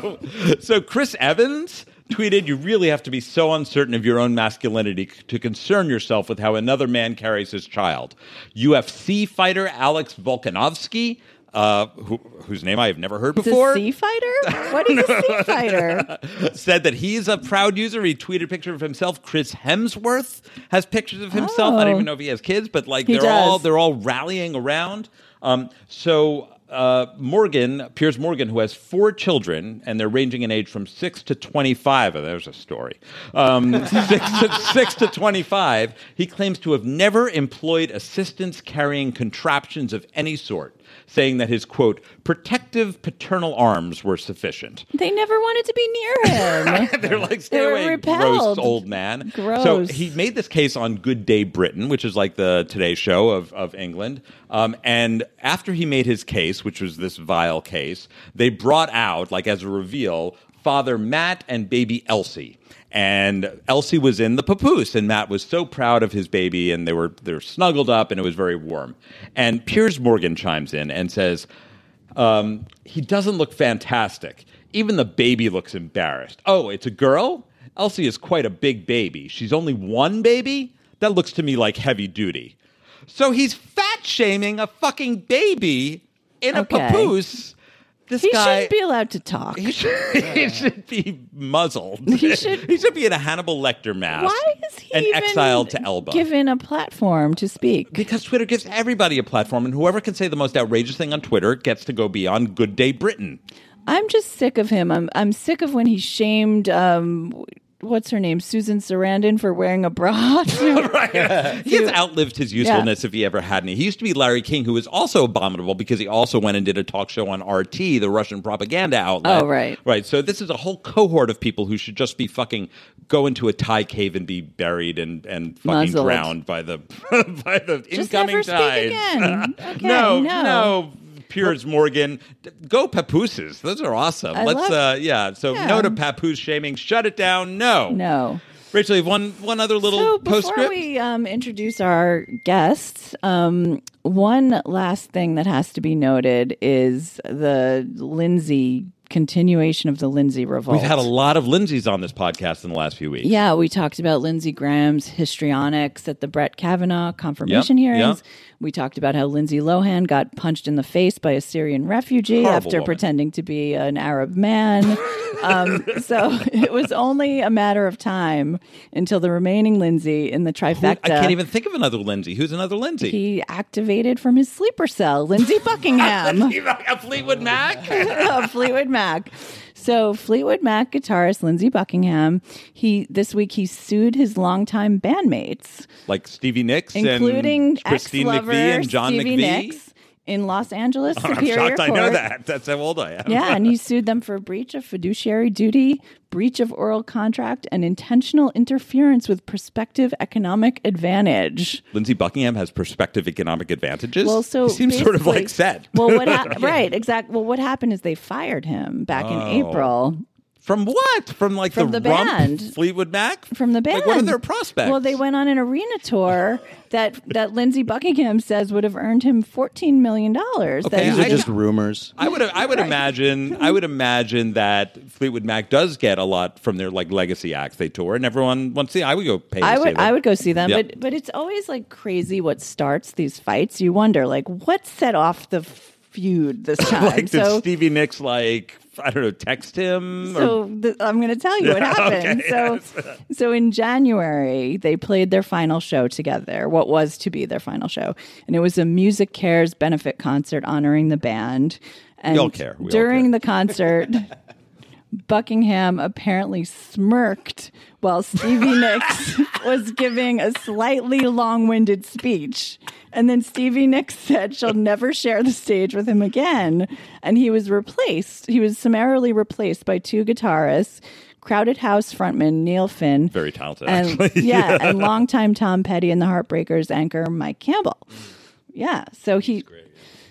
Speaker 1: so, so Chris Evans tweeted, "You really have to be so uncertain of your own masculinity c- to concern yourself with how another man carries his child." UFC fighter Alex Volkanovski. Uh, who, whose name I have never heard
Speaker 2: He's
Speaker 1: before
Speaker 2: a sea fighter? What is a sea fighter?
Speaker 1: said that he's a proud user. He tweeted a picture of himself. Chris Hemsworth has pictures of himself. I don't
Speaker 2: Oh.
Speaker 1: even know if he has kids, but like
Speaker 2: He
Speaker 1: they're all
Speaker 2: does.
Speaker 1: they're all rallying around. Um, so uh, Morgan Piers Morgan, who has four children, and they're ranging in age from six to twenty-five. Oh, there's a story. Um, six to six to twenty-five. He claims to have never employed assistants carrying contraptions of any sort. Saying that his quote protective paternal arms were sufficient.
Speaker 2: They never wanted to be near him.
Speaker 1: They're like, stay
Speaker 2: They were
Speaker 1: away, gross
Speaker 2: repelled.
Speaker 1: old man.
Speaker 2: Gross.
Speaker 1: So he made this case on Good Day Britain, which is like the Today Show of, of England. Um, and after he made his case, which was this vile case, they brought out, like as a reveal, Father Matt and baby Elsie. And Elsie was in the papoose, and Matt was so proud of his baby, and they were they're snuggled up, and it was very warm. And Piers Morgan chimes in and says, um, he doesn't look fantastic. Even the baby looks embarrassed. Oh, it's a girl? Elsie is quite a big baby. She's only one baby? That looks to me like heavy duty. So he's fat shaming a fucking baby in a
Speaker 2: Okay.
Speaker 1: papoose. This
Speaker 2: He
Speaker 1: guy.
Speaker 2: shouldn't be allowed to talk.
Speaker 1: he should, he should be muzzled.
Speaker 2: He should-
Speaker 1: he should be in a Hannibal Lecter mask.
Speaker 2: Why is he
Speaker 1: and
Speaker 2: even
Speaker 1: exiled to Elba?
Speaker 2: given a platform to speak?
Speaker 1: because Twitter gives everybody a platform, and whoever can say the most outrageous thing on Twitter gets to go beyond Good Day Britain.
Speaker 2: I'm just sick of him. I'm I'm sick of when he shamed um what's her name Susan Sarandon for wearing a bra.
Speaker 1: He has outlived his usefulness
Speaker 2: Yeah.
Speaker 1: if he ever had any. He used to be Larry King, who was also abominable because he also went and did a talk show on RT, the Russian propaganda outlet.
Speaker 2: Oh, right.
Speaker 1: Right. So this is a whole cohort of people who should just be fucking go into a Thai cave and be buried and, and fucking
Speaker 2: Muzzled.
Speaker 1: drowned by the by the
Speaker 2: just
Speaker 1: incoming
Speaker 2: never speak
Speaker 1: tides.
Speaker 2: again. Okay,
Speaker 1: no,
Speaker 2: no.
Speaker 1: no. Piers Morgan, D- go papooses. Those are awesome.
Speaker 2: I
Speaker 1: Let's, uh,
Speaker 2: love-
Speaker 1: yeah. So
Speaker 2: Yeah.
Speaker 1: no to papoose shaming. Shut it down. No,
Speaker 2: No.
Speaker 1: Rachel, you have one one other little
Speaker 2: So before
Speaker 1: postscript.
Speaker 2: we um, introduce our guests, um, one last thing that has to be noted is the Lindsay continuation of the Lindsay revolt.
Speaker 1: We've had a lot of Lindsay's on this podcast in the last few weeks.
Speaker 2: Yeah, we talked about Lindsey Graham's histrionics at the Brett Kavanaugh confirmation
Speaker 1: Yep,
Speaker 2: hearings.
Speaker 1: yep.
Speaker 2: We talked about how Lindsay Lohan got punched in the face by a Syrian refugee
Speaker 1: Horrible
Speaker 2: after
Speaker 1: woman.
Speaker 2: pretending to be an Arab man. um, so it was only a matter of time until the remaining Lindsay in the
Speaker 1: Who-
Speaker 2: trifecta.
Speaker 1: I can't even think of another Lindsay. Who's another Lindsay?
Speaker 2: uh, He activated from his sleeper cell, Lindsey Buckingham
Speaker 1: a Fleetwood Mac.
Speaker 2: of Fleetwood Mac. So Fleetwood Mac guitarist Lindsey Buckingham, he this week he sued his longtime bandmates,
Speaker 1: like Stevie Nicks, and
Speaker 2: including
Speaker 1: Christine
Speaker 2: ex-lover
Speaker 1: McVie and John
Speaker 2: Stevie
Speaker 1: McVie. Oh,
Speaker 2: Nicks in Los Angeles
Speaker 1: I'm
Speaker 2: Superior
Speaker 1: shocked
Speaker 2: Court.
Speaker 1: I know that. That's how old I am.
Speaker 2: Yeah, and he sued them for breach of fiduciary duty, breach of oral contract, and intentional interference with prospective economic advantage.
Speaker 1: Lindsay Buckingham has prospective economic advantages.
Speaker 2: Well, so
Speaker 1: he seems sort of
Speaker 2: basically-
Speaker 1: like set
Speaker 2: Well, what hap right? Exactly. Well, what happened is they fired him back
Speaker 1: Oh.
Speaker 2: in April
Speaker 1: from what? From like
Speaker 2: From
Speaker 1: the,
Speaker 2: the
Speaker 1: rump
Speaker 2: band.
Speaker 1: Fleetwood Mac
Speaker 2: from the band.
Speaker 1: Like what are their prospects?
Speaker 2: Well, they went on an arena tour that that Lindsey Buckingham says would have earned him fourteen million dollars.
Speaker 1: Okay,
Speaker 4: These
Speaker 1: I-
Speaker 4: are just rumors.
Speaker 1: I would I would imagine I would imagine that Fleetwood Mac does get a lot from their like legacy acts they tour, and everyone wants to see. I would go pay. To
Speaker 2: I
Speaker 1: see
Speaker 2: would
Speaker 1: them.
Speaker 2: I would go see them,
Speaker 1: Yeah.
Speaker 2: but but it's always like crazy what starts these fights. You wonder like what set off the feud this time.
Speaker 1: like did
Speaker 2: so
Speaker 1: Stevie Nicks like I don't know text him or
Speaker 2: So th- I'm going to tell you what happened. so, so in January, they played their final show together, what was to be their final show, and it was a Music Cares benefit concert honoring the band. And
Speaker 1: all care. We all
Speaker 2: during
Speaker 1: care.
Speaker 2: the concert, Buckingham apparently smirked while Stevie Nicks was giving a slightly long winded speech. And then Stevie Nicks said she'll never share the stage with him again. And he was replaced. He was summarily replaced by two guitarists, Crowded House frontman Neil Finn.
Speaker 1: very talented
Speaker 2: and,
Speaker 1: actually.
Speaker 2: yeah, and longtime Tom Petty and the Heartbreakers anchor Mike Campbell.
Speaker 1: Mm.
Speaker 2: Yeah, so he.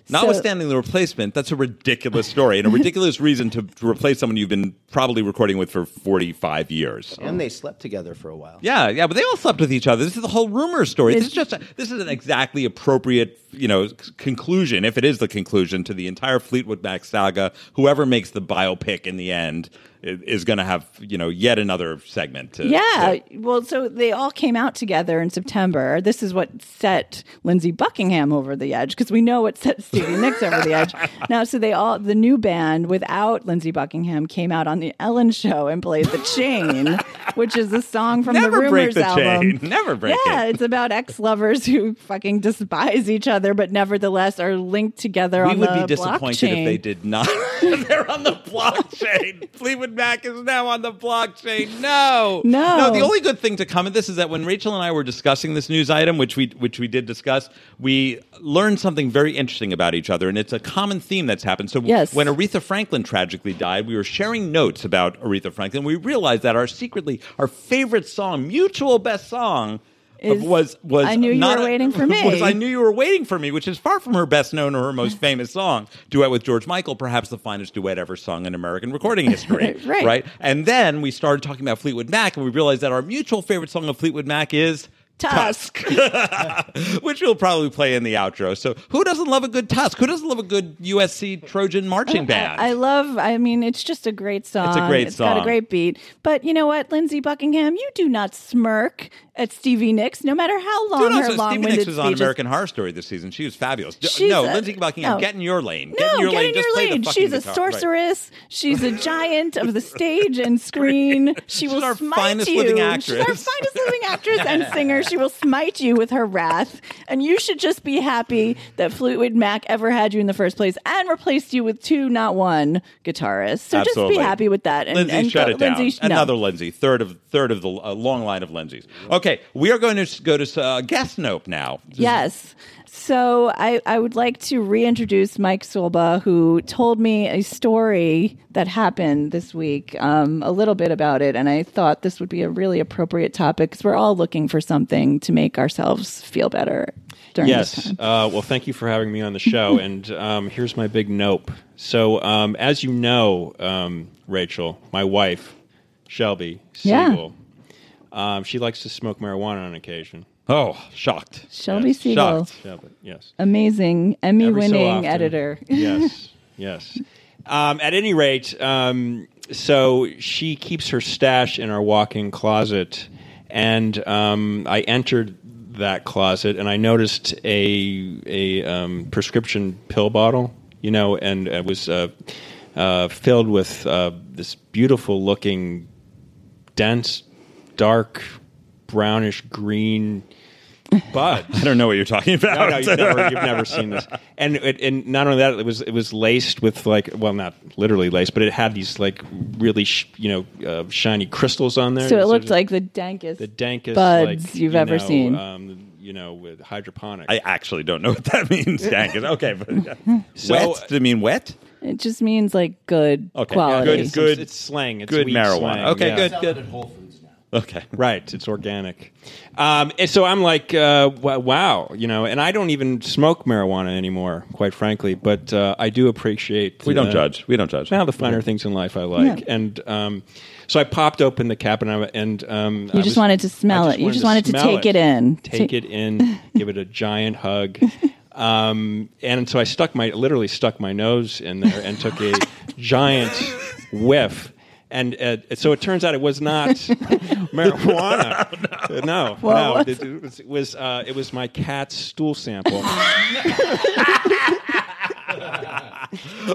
Speaker 2: so-
Speaker 1: Notwithstanding the replacement, that's a ridiculous story and a ridiculous reason to, to replace someone you've been probably recording with for 45 years.
Speaker 4: And they slept together for a while.
Speaker 1: Yeah, yeah, but they all slept with each other. This is the whole rumor story. This is just a, this is an exactly appropriate, you know, c- conclusion if it is the conclusion to the entire Fleetwood Mac saga. Whoever makes the biopic in the end i- is going to have, you know, yet another segment to
Speaker 2: Yeah.
Speaker 1: to-
Speaker 2: Well, so they all came out together in September. This is what set Lindsey Buckingham over the edge because we know what set Stevie Nicks over the edge. Now, so they all, the new band without Lindsey Buckingham came out on The Ellen Show and played The Chain, which is a song from
Speaker 1: Never
Speaker 2: the Rumors
Speaker 1: break the
Speaker 2: album.
Speaker 1: chain. Never break
Speaker 2: yeah,
Speaker 1: it.
Speaker 2: it's about ex lovers who fucking despise each other, but nevertheless are linked together
Speaker 1: We
Speaker 2: on
Speaker 1: would
Speaker 2: the
Speaker 1: be disappointed
Speaker 2: blockchain.
Speaker 1: if they did not. They're on the blockchain. Fleetwood Mac is now on the blockchain. No,
Speaker 2: No.
Speaker 1: no. The only good thing to come of this is that when Rachel and I were discussing this news item, which we which we did discuss, we learned something very interesting about each other, and it's a common theme that's happened. So
Speaker 2: Yes.
Speaker 1: when Aretha Franklin tragically died, we were sharing notes about Aretha Franklin. We realized that our secretly our favorite song, mutual best song. of-
Speaker 2: Is-
Speaker 1: was was
Speaker 2: I Knew You
Speaker 1: not
Speaker 2: Were
Speaker 1: a-
Speaker 2: Waiting for Me.
Speaker 1: was I knew you were waiting for me, which is far from her best known or her most famous song, duet with George Michael, perhaps the finest duet ever sung in American recording history.
Speaker 2: Right.
Speaker 1: And then we started talking about Fleetwood Mac, and we realized that our mutual favorite song of Fleetwood Mac is.
Speaker 2: Tusk.
Speaker 1: which we'll probably play in the outro. So, who doesn't love a good Tusk? Who doesn't love a good USC Trojan marching band?
Speaker 2: I love. I mean, it's just a great song.
Speaker 1: great
Speaker 2: It's got
Speaker 1: song.
Speaker 2: a great beat. But you know what, Lindsey Buckingham, you do not smirk at Stevie Nicks, no matter how long
Speaker 1: Dude,
Speaker 2: her
Speaker 1: also, Stevie
Speaker 2: long-winded
Speaker 1: Nicks was on
Speaker 2: speeches-
Speaker 1: American Horror Story this season. She was fabulous. D-
Speaker 2: She's
Speaker 1: no,
Speaker 2: a-
Speaker 1: Lindsay Buckingham,
Speaker 2: no.
Speaker 1: get in your lane.
Speaker 2: No,
Speaker 1: get in your lane.
Speaker 2: get in
Speaker 1: Just
Speaker 2: your
Speaker 1: play
Speaker 2: lane.
Speaker 1: the fucking
Speaker 2: She's a
Speaker 1: guitar. Right.
Speaker 2: sorceress. She's a giant of the stage and screen. She will
Speaker 1: our
Speaker 2: smite
Speaker 1: finest
Speaker 2: you.
Speaker 1: living
Speaker 2: She's our
Speaker 1: actress.
Speaker 2: finest living actress and singer. She will smite you with her wrath, and you should just be happy that Fleetwood Mac ever had you in the first place and replaced you with two, not one, guitarists. So
Speaker 1: Absolutely.
Speaker 2: just be happy with that. And,
Speaker 1: Lindsay,
Speaker 2: and
Speaker 1: shut
Speaker 2: go-
Speaker 1: it down.
Speaker 2: Lindsay, no.
Speaker 1: Another Lindsay, third of third of the uh, long line of Lindsays. Okay, we are going to s- go to uh, guest nope now.
Speaker 2: Yes. So I, I would like to reintroduce Mike Sulba, who told me a story that happened this week, um, a little bit about it. And I thought this would be a really appropriate topic because we're all looking for something to make ourselves feel better during this
Speaker 5: Yes.
Speaker 2: time.
Speaker 5: Uh, well, thank you for having me on the show. and um, here's my big nope. So, um, as you know, um, Rachel, my wife, Shelby
Speaker 2: Yeah.
Speaker 5: Siegel, um, she likes to smoke marijuana on occasion.
Speaker 1: Oh, shocked.
Speaker 2: Shelby
Speaker 5: Yes.
Speaker 2: Siegel,
Speaker 1: Shocked.
Speaker 5: Shelby, yes.
Speaker 2: amazing Emmy
Speaker 5: Every so
Speaker 2: winning
Speaker 5: often.
Speaker 2: editor.
Speaker 5: yes, yes. Um, at any rate, um, so she keeps her stash in our walk-in closet, and um, I entered that closet and I noticed a a um, prescription pill bottle, you know, and it was uh, uh, filled with uh, this beautiful looking, dense, dark, brownish green bud.
Speaker 1: I don't know what you're talking about.
Speaker 5: No, no, you've never, you've never seen this. And it, and not only that, it was it was laced with like well, not literally laced, but it had these like really sh- you know uh, shiny crystals on there.
Speaker 2: So it
Speaker 5: was-
Speaker 2: looked like the dankest,
Speaker 5: the dankest
Speaker 2: buds
Speaker 5: like,
Speaker 2: you've
Speaker 5: you
Speaker 2: ever
Speaker 5: know,
Speaker 2: seen.
Speaker 5: Um, you know, with hydroponic.
Speaker 1: I actually don't know what that means, Dank. Okay, but
Speaker 5: So-
Speaker 1: wet? Does it mean wet?
Speaker 2: it just means like good
Speaker 1: Okay,
Speaker 2: quality.
Speaker 1: good-
Speaker 5: it's,
Speaker 1: good-
Speaker 5: It's slang. It's
Speaker 1: Good
Speaker 5: weed
Speaker 1: marijuana.
Speaker 5: slang,
Speaker 1: okay,
Speaker 5: yeah.
Speaker 1: good, good. Okay,
Speaker 5: Right, it's organic. Um, and so I'm like, uh, wa- wow, you know, and I don't even smoke marijuana anymore, quite frankly, but uh, I do appreciate.
Speaker 1: we don't
Speaker 5: uh,
Speaker 1: judge. We don't judge.
Speaker 5: Now the finer things in life I like,
Speaker 2: Yeah.
Speaker 5: and um, so I popped open the cap, and I and um,
Speaker 2: You just wanted to smell it. You just wanted to take it in.
Speaker 5: take
Speaker 2: Ta-
Speaker 5: it in, give it a giant hug, um, and so I stuck my literally stuck my nose in there and took a giant whiff. And uh, so it turns out it was not marijuana. no, no,
Speaker 2: Well, what's-
Speaker 5: It, it was it was, uh, it was my cat's stool sample.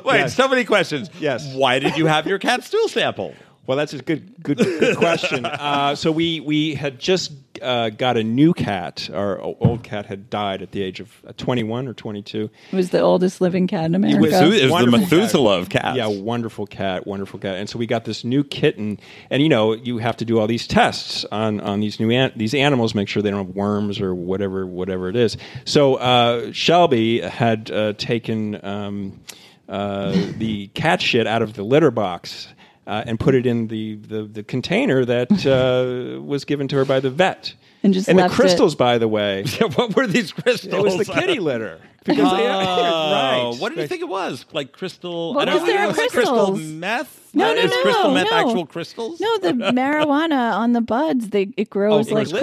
Speaker 1: Wait,
Speaker 5: Yes.
Speaker 1: so many questions.
Speaker 5: Yes.
Speaker 1: Why did you have your cat stool sample?
Speaker 5: Well, that's a good, good, good question. Uh, so we we had just uh, got a new cat. Our o- old cat had died at the age of uh, 21 or 22.
Speaker 2: It was the oldest living cat in America.
Speaker 5: was-
Speaker 1: Who is the
Speaker 5: Wonderful cat.
Speaker 1: Methuselah of cats?
Speaker 5: Yeah, wonderful cat, wonderful cat. And so we got this new kitten, and you know you have to do all these tests on on these new an- these animals, make sure they don't have worms or whatever whatever it is. So uh, Shelby had uh, taken um, uh, the cat shit out of the litter box. Uh, and put it in the, the, the container that uh, was given to her by the vet.
Speaker 2: And just
Speaker 5: and the
Speaker 2: left it-
Speaker 5: crystals, by the way,
Speaker 1: Yeah, what were these crystals?
Speaker 5: it was the kitty litter. Because
Speaker 1: Oh,
Speaker 5: they- right.
Speaker 1: What did you think it was? Like crystal?
Speaker 2: What
Speaker 1: I don't
Speaker 2: was there
Speaker 1: know,
Speaker 2: in
Speaker 1: crystal
Speaker 2: crystals?
Speaker 1: meth?
Speaker 2: No,
Speaker 1: Uh,
Speaker 2: no,
Speaker 1: is
Speaker 2: no,
Speaker 1: crystal meth
Speaker 2: no.
Speaker 1: actual crystals?
Speaker 2: No, the marijuana on the buds, they it grows
Speaker 5: Oh,
Speaker 2: like
Speaker 5: crystals.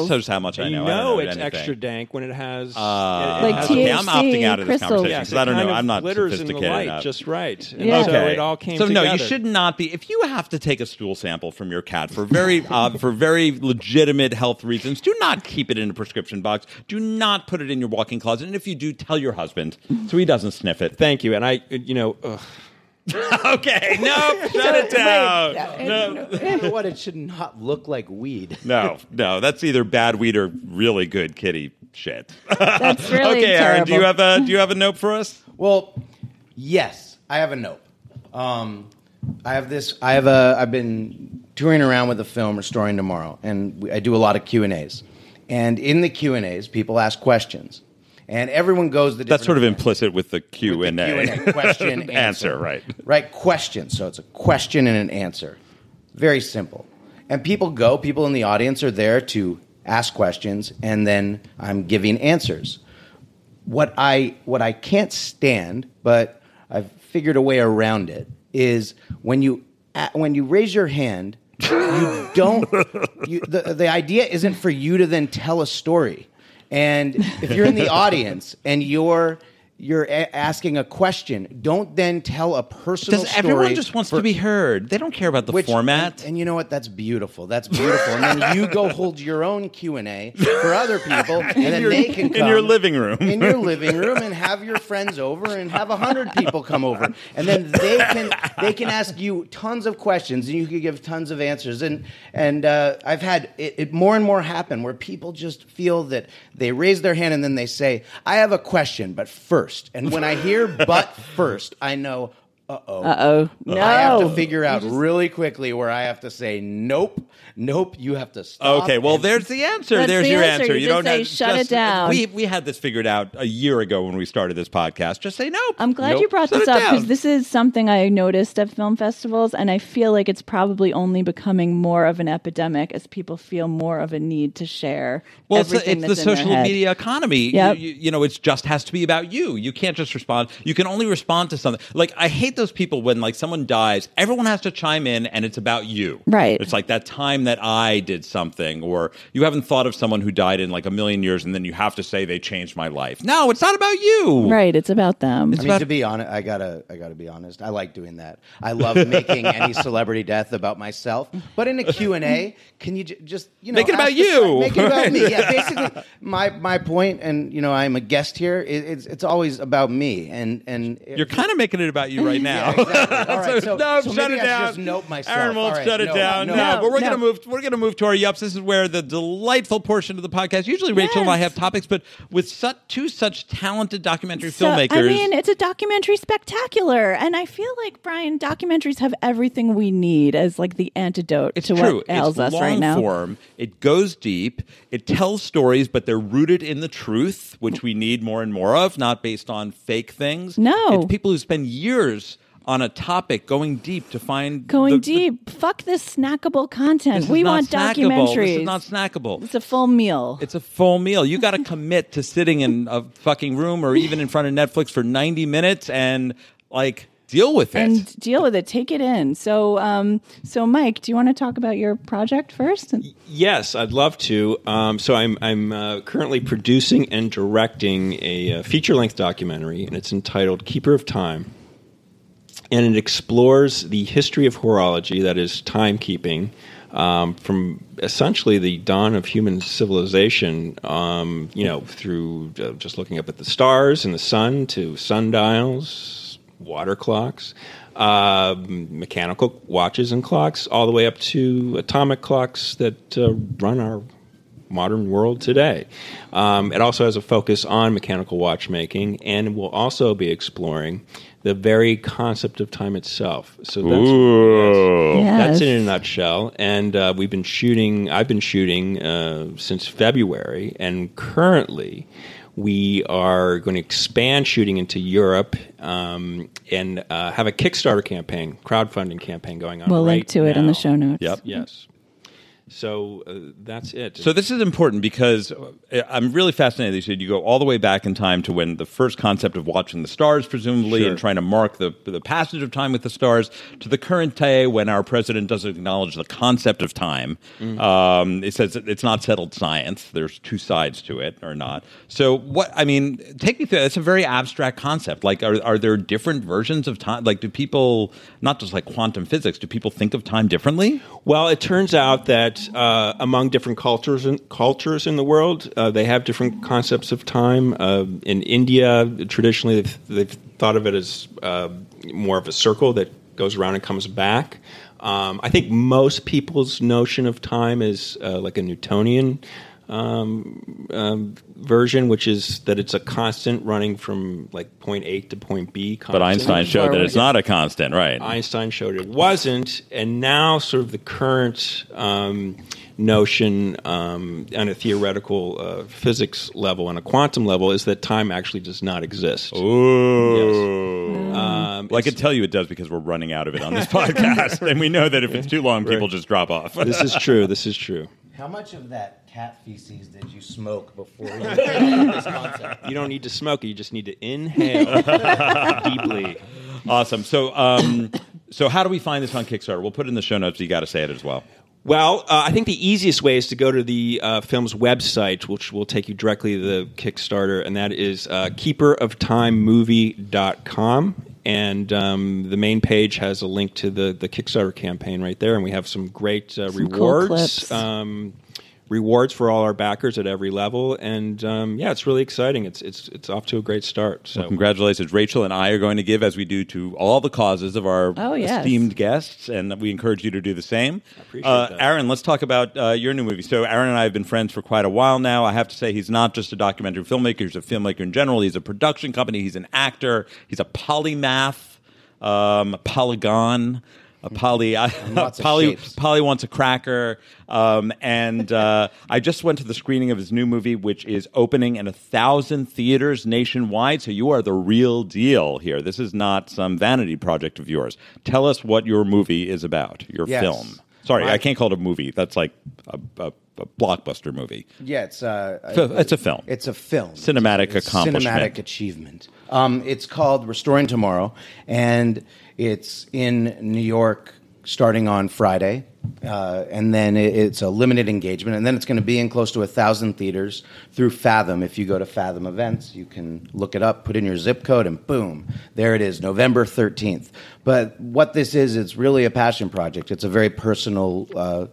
Speaker 1: This shows how much I
Speaker 5: you
Speaker 1: know.
Speaker 5: know,
Speaker 1: I don't know
Speaker 5: it's
Speaker 1: anything.
Speaker 5: extra dank when it has
Speaker 1: Uh,
Speaker 5: it- it
Speaker 2: Like
Speaker 5: has
Speaker 2: THC
Speaker 1: okay, I'm opting out of this
Speaker 2: crystals.
Speaker 1: conversation
Speaker 2: Yeah,
Speaker 1: because I don't
Speaker 5: kind
Speaker 1: know.
Speaker 5: of
Speaker 1: I'm not
Speaker 5: glitters in the
Speaker 1: sophisticated
Speaker 5: light
Speaker 1: enough.
Speaker 5: just right. And
Speaker 2: Yeah.
Speaker 5: so
Speaker 1: Okay.
Speaker 5: it all came
Speaker 1: So no, you
Speaker 5: together.
Speaker 1: should not be. If you have to take a stool sample from your cat for very uh, for very legitimate health reasons, do not keep it in a prescription box. Do not put it in your walk-in closet. And if you do, tell your husband so he doesn't sniff it.
Speaker 5: Thank you. And I, you know, ugh.
Speaker 1: okay, no, shut it down.
Speaker 4: You know what? It should not look like weed.
Speaker 1: No, no, that's either bad weed or really good kitty shit.
Speaker 2: That's really
Speaker 1: okay,
Speaker 2: terrible.
Speaker 1: Aaron, do you have a do you have a note for us?
Speaker 4: Well, yes, I have a nope. Um, I have this. I have a. I've been touring around with the film Restoring Tomorrow, and we, I do a lot of Q and A's. And in the Q and A's, people ask questions, and everyone goes the.
Speaker 1: That's
Speaker 4: different
Speaker 1: sort of
Speaker 4: direction.
Speaker 1: implicit with the Q and A
Speaker 4: Q&A, question answer.
Speaker 1: answer, right?
Speaker 4: right? Question. So it's a question and an answer. Very simple. And people go, people in the audience are there to ask questions, and then I'm giving answers. What I what I can't stand, but I've figured a way around it, is when you a- when you raise your hand, you don't. You, the the idea isn't for you to then tell a story. And if you're in the audience and you're You're a- asking a question. Don't then tell a personal
Speaker 1: Does
Speaker 4: story.
Speaker 1: everyone just wants to
Speaker 4: for-
Speaker 1: be heard? They don't care about the
Speaker 4: which-
Speaker 1: format.
Speaker 4: And, and you know what? That's beautiful. That's beautiful. and then you go hold your own Q and A for other people, and then
Speaker 1: your-
Speaker 4: they can
Speaker 1: in
Speaker 4: come
Speaker 1: your living room.
Speaker 4: in your living room, and have your friends over, and have a hundred people come over, and then they can they can ask you tons of questions, and you can give tons of answers. And and uh, I've had it, it more and more happen where people just feel that they raise their hand and then they say, "I have a question, but first. And when I hear "but first, I know. Uh oh. Uh
Speaker 2: Oh no!
Speaker 4: I have to figure out really quickly where I have to say nope, nope. You have to stop.
Speaker 1: Okay, well,
Speaker 4: and-
Speaker 1: there's the answer.
Speaker 2: That's
Speaker 1: there's
Speaker 2: the
Speaker 1: your
Speaker 2: answer.
Speaker 1: answer.
Speaker 2: You just say,
Speaker 1: have-
Speaker 2: "Shut it down."
Speaker 1: We we had this figured out a year ago when we started this podcast. Just say no.
Speaker 2: I'm glad
Speaker 4: Nope.
Speaker 2: you brought
Speaker 1: Shut
Speaker 2: this
Speaker 1: it
Speaker 2: up because
Speaker 1: down.
Speaker 2: this is something I noticed at film festivals, and I feel like it's probably only becoming more of an epidemic as people feel more of a need to share.
Speaker 1: Well, it's,
Speaker 2: everything
Speaker 1: it's the
Speaker 2: that's in their
Speaker 1: social
Speaker 2: head.
Speaker 1: media economy.
Speaker 2: Yep.
Speaker 1: You, you, you know, it just has to be about you. You can't just respond. You can only respond to something. Like I hate those people when like someone dies, everyone has to chime in, and it's about you.
Speaker 2: Right.
Speaker 1: It's like that time that I did something, or you haven't thought of someone who died in like a million years, and then you have to say they changed my life. No, it's not about you.
Speaker 2: Right, it's about them.
Speaker 4: I mean, to be honest, I gotta, I gotta be honest. I like doing that. I love making any celebrity death about myself. But in a Q and A, can you j- just, you know,
Speaker 1: Make it
Speaker 4: ask
Speaker 1: about
Speaker 4: the-
Speaker 1: you.
Speaker 4: Make it about me. Yeah, basically, my my point, and you know, I'm a guest here. It, it's it's always about me, and and
Speaker 1: You're kind of making it about you right now.
Speaker 4: Yeah, exactly. All right, so,
Speaker 1: no,
Speaker 4: so
Speaker 1: shut
Speaker 4: maybe
Speaker 1: it
Speaker 4: I should
Speaker 1: down.
Speaker 4: Just nope myself.
Speaker 1: Aaron
Speaker 4: All
Speaker 1: Wolf,
Speaker 4: right,
Speaker 1: shut it
Speaker 4: no,
Speaker 1: down. No,
Speaker 4: No,
Speaker 1: but we're
Speaker 2: no.
Speaker 1: gonna move. We're gonna move to our yups. This is where the delightful portion of the podcast. Usually, Rachel and I
Speaker 2: Yes.
Speaker 1: have topics, but with such, two such talented documentary
Speaker 2: So,
Speaker 1: filmmakers,
Speaker 2: I mean, it's a documentary spectacular, and I feel like Brian, documentaries have everything we need as like the antidote
Speaker 1: it's
Speaker 2: to
Speaker 1: true.
Speaker 2: what ails
Speaker 1: it's
Speaker 2: us
Speaker 1: long
Speaker 2: right now.
Speaker 1: form. It goes deep. It tells stories, but they're rooted in the truth, which we need more and more of, not based on fake things.
Speaker 2: No.
Speaker 1: it's people who spend years on a topic going deep to find
Speaker 2: Going
Speaker 1: the- the-
Speaker 2: deep. Fuck this snackable content.
Speaker 1: This is
Speaker 2: we
Speaker 1: not
Speaker 2: want
Speaker 1: snackable.
Speaker 2: documentaries.
Speaker 1: This is not snackable.
Speaker 2: it's a full meal.
Speaker 1: It's a full meal. You got to commit to sitting in a fucking room or even in front of Netflix for 90 minutes and like deal with it.
Speaker 2: and deal with it. Take it in. So, um, so Mike, do you want to talk about your project first?
Speaker 5: Yes, I'd love to. Um, so I'm I'm uh, currently producing and directing a uh, feature length documentary, and it's entitled "Keeper of Time," and it explores the history of horology, that is timekeeping, um, from essentially the dawn of human civilization. Um, you know, through uh, just looking up at the stars and the sun to sundials, water clocks, uh, mechanical watches and clocks, all the way up to atomic clocks that uh, run our modern world today. Um, it also has a focus on mechanical watchmaking, and will also be exploring the very concept of time itself. So that's that's it in a nutshell. And uh, we've been shooting. I've been shooting uh, since February, and currently we are going to expand shooting into Europe um, and uh, have a Kickstarter campaign, crowdfunding campaign going on.
Speaker 2: We'll
Speaker 5: right
Speaker 2: link to it in the
Speaker 5: now.
Speaker 2: show notes.
Speaker 1: Yep.
Speaker 5: Yes. So uh, that's it.
Speaker 1: So this is important because uh, I'm really fascinated. that You said you go all the way back in time to when the first concept of watching the stars, presumably,
Speaker 5: Sure.
Speaker 1: and trying to mark the the passage of time with the stars, to the current day when our president doesn't acknowledge the concept of time. Um, it says that it's not settled science. There's two sides to it, or not. So what I mean, take me through. That's a very abstract concept. Like, are are there different versions of time? Like, do people not just like quantum physics? Do people think of time differently?
Speaker 5: Well, it turns out that uh, among different cultures in, cultures in the world, uh, they have different concepts of time. Uh, in India, traditionally, they've, they've thought of it as uh, more of a circle that goes around and comes back. Um, I think most people's notion of time is uh, like a Newtonian um, version, which is that it's a constant running from like point A to point B.
Speaker 1: But
Speaker 5: constant.
Speaker 1: Einstein showed that it's not a constant, right?
Speaker 5: Einstein showed it wasn't, and now sort of the current um, notion um, on a theoretical uh, physics level and a quantum level is that time actually does not exist.
Speaker 1: Oh. Ooh.
Speaker 5: Um,
Speaker 1: Well, I could
Speaker 5: it's-
Speaker 1: tell you it does because we're running out of it on this podcast, and we know that if it's too long, people just drop off.
Speaker 5: this is true. This is true.
Speaker 4: How much of that cat feces did you smoke before you came up with this concept?
Speaker 5: You don't need to smoke it. You just need to inhale deeply.
Speaker 1: awesome. So, um, so how do we find this on Kickstarter? We'll put it in the show notes. You got to say it as well.
Speaker 5: Well, uh, I think the easiest way is to go to the uh, film's website, which will take you directly to the Kickstarter, and that is uh, keeperoftimemovie.com. And um, the main page has a link to the, the Kickstarter campaign right there, and we have some great uh,
Speaker 2: Some cool
Speaker 5: rewards.
Speaker 2: clips.
Speaker 5: Um, rewards for all our backers at every level, and um, yeah, it's really exciting. It's it's it's off to a great start. So
Speaker 1: Congratulations. Rachel and I are going to give, as we do to all the causes of our
Speaker 2: Oh, yes.
Speaker 1: esteemed guests, and we encourage you to do the same.
Speaker 5: appreciate
Speaker 1: Uh,
Speaker 5: that.
Speaker 1: Aaron, let's talk about uh, your new movie. So, Aaron and I have been friends for quite a while now. I have to say, he's not just a documentary filmmaker, he's a filmmaker in general. He's a production company, he's an actor, he's a polymath, um, a polygon. A poly,
Speaker 4: lots of
Speaker 1: poly,
Speaker 4: shapes.
Speaker 1: Polly wants a cracker. Um, and uh, I just went to the screening of his new movie, which is opening in a thousand theaters nationwide. So you are the real deal here. This is not some vanity project of yours. Tell us what your movie is about, your
Speaker 4: Yes.
Speaker 1: film. Sorry,
Speaker 4: My-
Speaker 1: I can't call it a movie. That's like a, a, a blockbuster movie.
Speaker 4: Yeah, it's uh,
Speaker 1: Fi- it's a film.
Speaker 4: It's a film.
Speaker 1: Cinematic
Speaker 4: It's a
Speaker 1: accomplishment.
Speaker 4: Cinematic achievement. Um, it's called Restoring Tomorrow, and it's in New York starting on Friday, uh, and then it, it's a limited engagement, and then it's going to be in close to a thousand theaters through Fathom. If you go to Fathom Events, you can look it up, put in your zip code, and boom, there it is, November thirteenth. But what this is, it's really a passion project. It's a very personal. Uh,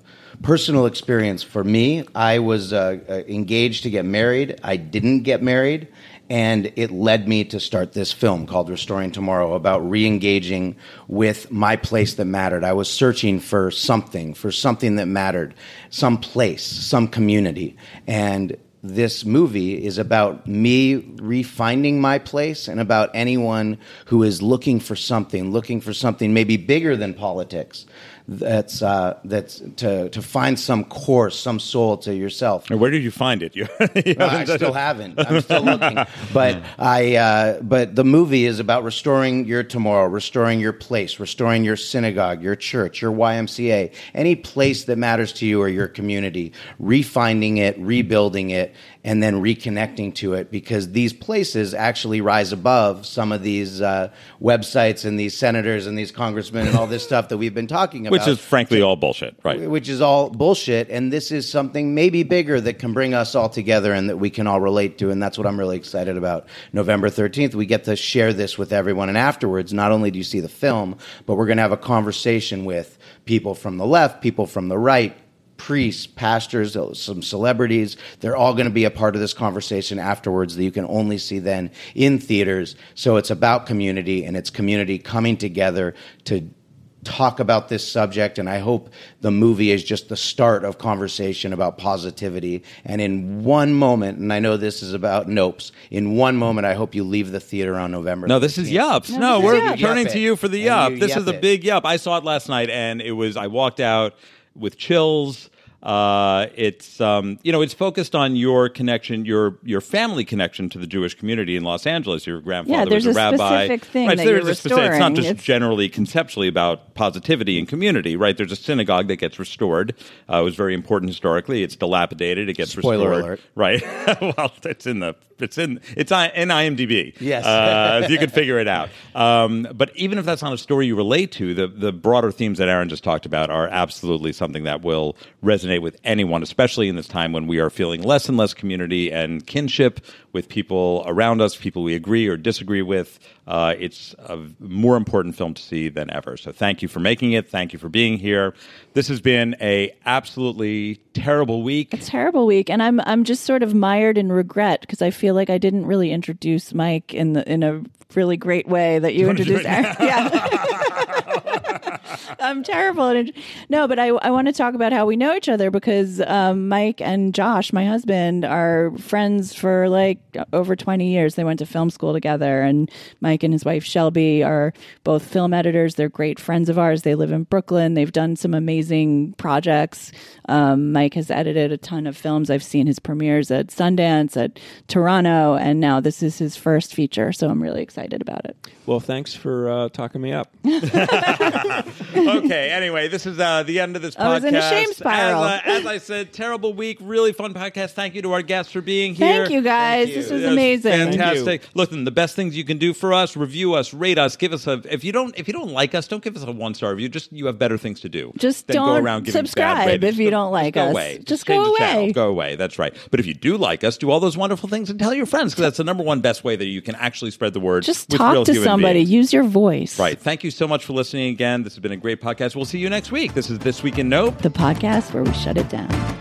Speaker 4: personal experience for me. I was uh, uh, engaged to get married. I didn't get married, and it led me to start this film called Restoring Tomorrow about re-engaging with my place that mattered. I was searching for something, for something that mattered, some place, some community, and. This movie is about me refinding my place and about anyone who is looking for something, looking for something maybe bigger than politics, that's uh, that's to to find some core, some soul to yourself.
Speaker 1: And where did you find it? You, you
Speaker 4: Well, I
Speaker 1: haven't-
Speaker 4: still haven't. I'm still looking, but I. Uh, but the movie is about restoring your tomorrow, restoring your place, restoring your synagogue, your church, your YMCA, any place that matters to you or your community, refinding it, rebuilding it, and then reconnecting to it because these places actually rise above some of these uh, websites and these senators and these congressmen and all this stuff that we've been talking about,
Speaker 1: Which is frankly all bullshit, right?
Speaker 4: which is all bullshit. And this is something maybe bigger that can bring us all together and that we can all relate to. And that's what I'm really excited about. November 13th, we get to share this with everyone. And afterwards, not only do you see the film, but we're going to have a conversation with people from the left, people from the right. Priests, pastors, uh, some celebrities, they're all going to be a part of this conversation afterwards that you can only see then in theaters. So it's about community and it's community coming together to talk about this subject and i hope the movie is just the start of conversation about positivity and in one moment and i know this is about nopes in one moment i hope you leave the theater on november
Speaker 1: No, this is
Speaker 4: 13th.
Speaker 1: yups. No,
Speaker 2: this is
Speaker 1: we're
Speaker 2: yup.
Speaker 1: turning
Speaker 4: Yup
Speaker 1: to
Speaker 4: it.
Speaker 1: you for the
Speaker 4: And
Speaker 1: yup.
Speaker 4: you
Speaker 1: This
Speaker 4: yup
Speaker 1: is a
Speaker 4: it.
Speaker 1: big yup. I saw it last night, and it was I walked out with chills. Uh, it's um, you know, it's focused on your connection, your your family connection to the Jewish community in Los Angeles. Your grandfather
Speaker 2: Yeah, there's
Speaker 1: was
Speaker 2: a
Speaker 1: a, rabbi.
Speaker 2: specific thing
Speaker 1: right,
Speaker 2: that
Speaker 1: so
Speaker 2: you're
Speaker 1: there's a specific- It's not
Speaker 2: restoring.
Speaker 1: just
Speaker 2: It's-
Speaker 1: generally conceptually about positivity and community, right? There's a synagogue that gets restored. Uh, it was very important historically. It's dilapidated. It gets
Speaker 4: Spoiler
Speaker 1: restored.
Speaker 4: alert.
Speaker 1: Right. well, it's in the it's in it's I- in IMDb.
Speaker 4: Yes.
Speaker 1: Uh, you can figure it out. Um, but even if that's not a story you relate to, the the broader themes that Aaron just talked about are absolutely something that will resonate with anyone, especially in this time when we are feeling less and less community and kinship with people around us, people we agree or disagree with. Uh, it's a more important film to see than ever. So thank you for making it. Thank you for being here. This has been a absolutely terrible week.
Speaker 2: terrible week and i'm i'm just sort of mired in regret because i feel like i didn't really introduce mike in the in a really great way that you introduced Aaron. yeah i'm terrible at int- no but i i want to talk about how we know each other because um, mike and josh my husband are friends for like over 20 years they went to film school together and mike and his wife shelby are both film editors they're great friends of ours they live in brooklyn they've done some amazing projects um, Mike has edited a ton of films. I've seen his premieres at Sundance, at Toronto, and now this is his first feature. So I'm really excited about it.
Speaker 5: well, thanks for uh, talking me up.
Speaker 1: okay. Anyway, this is uh, the end of this podcast.
Speaker 2: I was in a shame spiral.
Speaker 1: As, uh, as I said, terrible week, really fun podcast. Thank you to our guests for being here.
Speaker 2: Thank you guys.
Speaker 4: Thank
Speaker 2: This
Speaker 4: you.
Speaker 2: was
Speaker 1: That's
Speaker 2: amazing.
Speaker 1: Fantastic. Listen, the best things you can do for us: review us, rate us, give us a. If you don't, if you don't like us, don't give us a one star review. Just you have better things to do.
Speaker 2: Just
Speaker 1: than go
Speaker 2: don't
Speaker 1: around giving
Speaker 2: subscribe
Speaker 1: bad ratings.
Speaker 2: if you
Speaker 1: Just-
Speaker 2: don't like
Speaker 1: just go
Speaker 2: us.
Speaker 1: Away.
Speaker 2: Just
Speaker 1: change
Speaker 2: go
Speaker 1: the channel.
Speaker 2: away.
Speaker 1: Go away. That's right. But if you do like us, do all those wonderful things and tell your friends because that's the number one best way that you can actually spread the word.
Speaker 2: Just
Speaker 1: with real
Speaker 2: talk to
Speaker 1: human
Speaker 2: somebody.
Speaker 1: beings.
Speaker 2: Use your voice.
Speaker 1: Right. Thank you so much for listening again. This has been a great podcast. We'll see you next week. This is This Week in Nope.
Speaker 2: The podcast where we shut it down.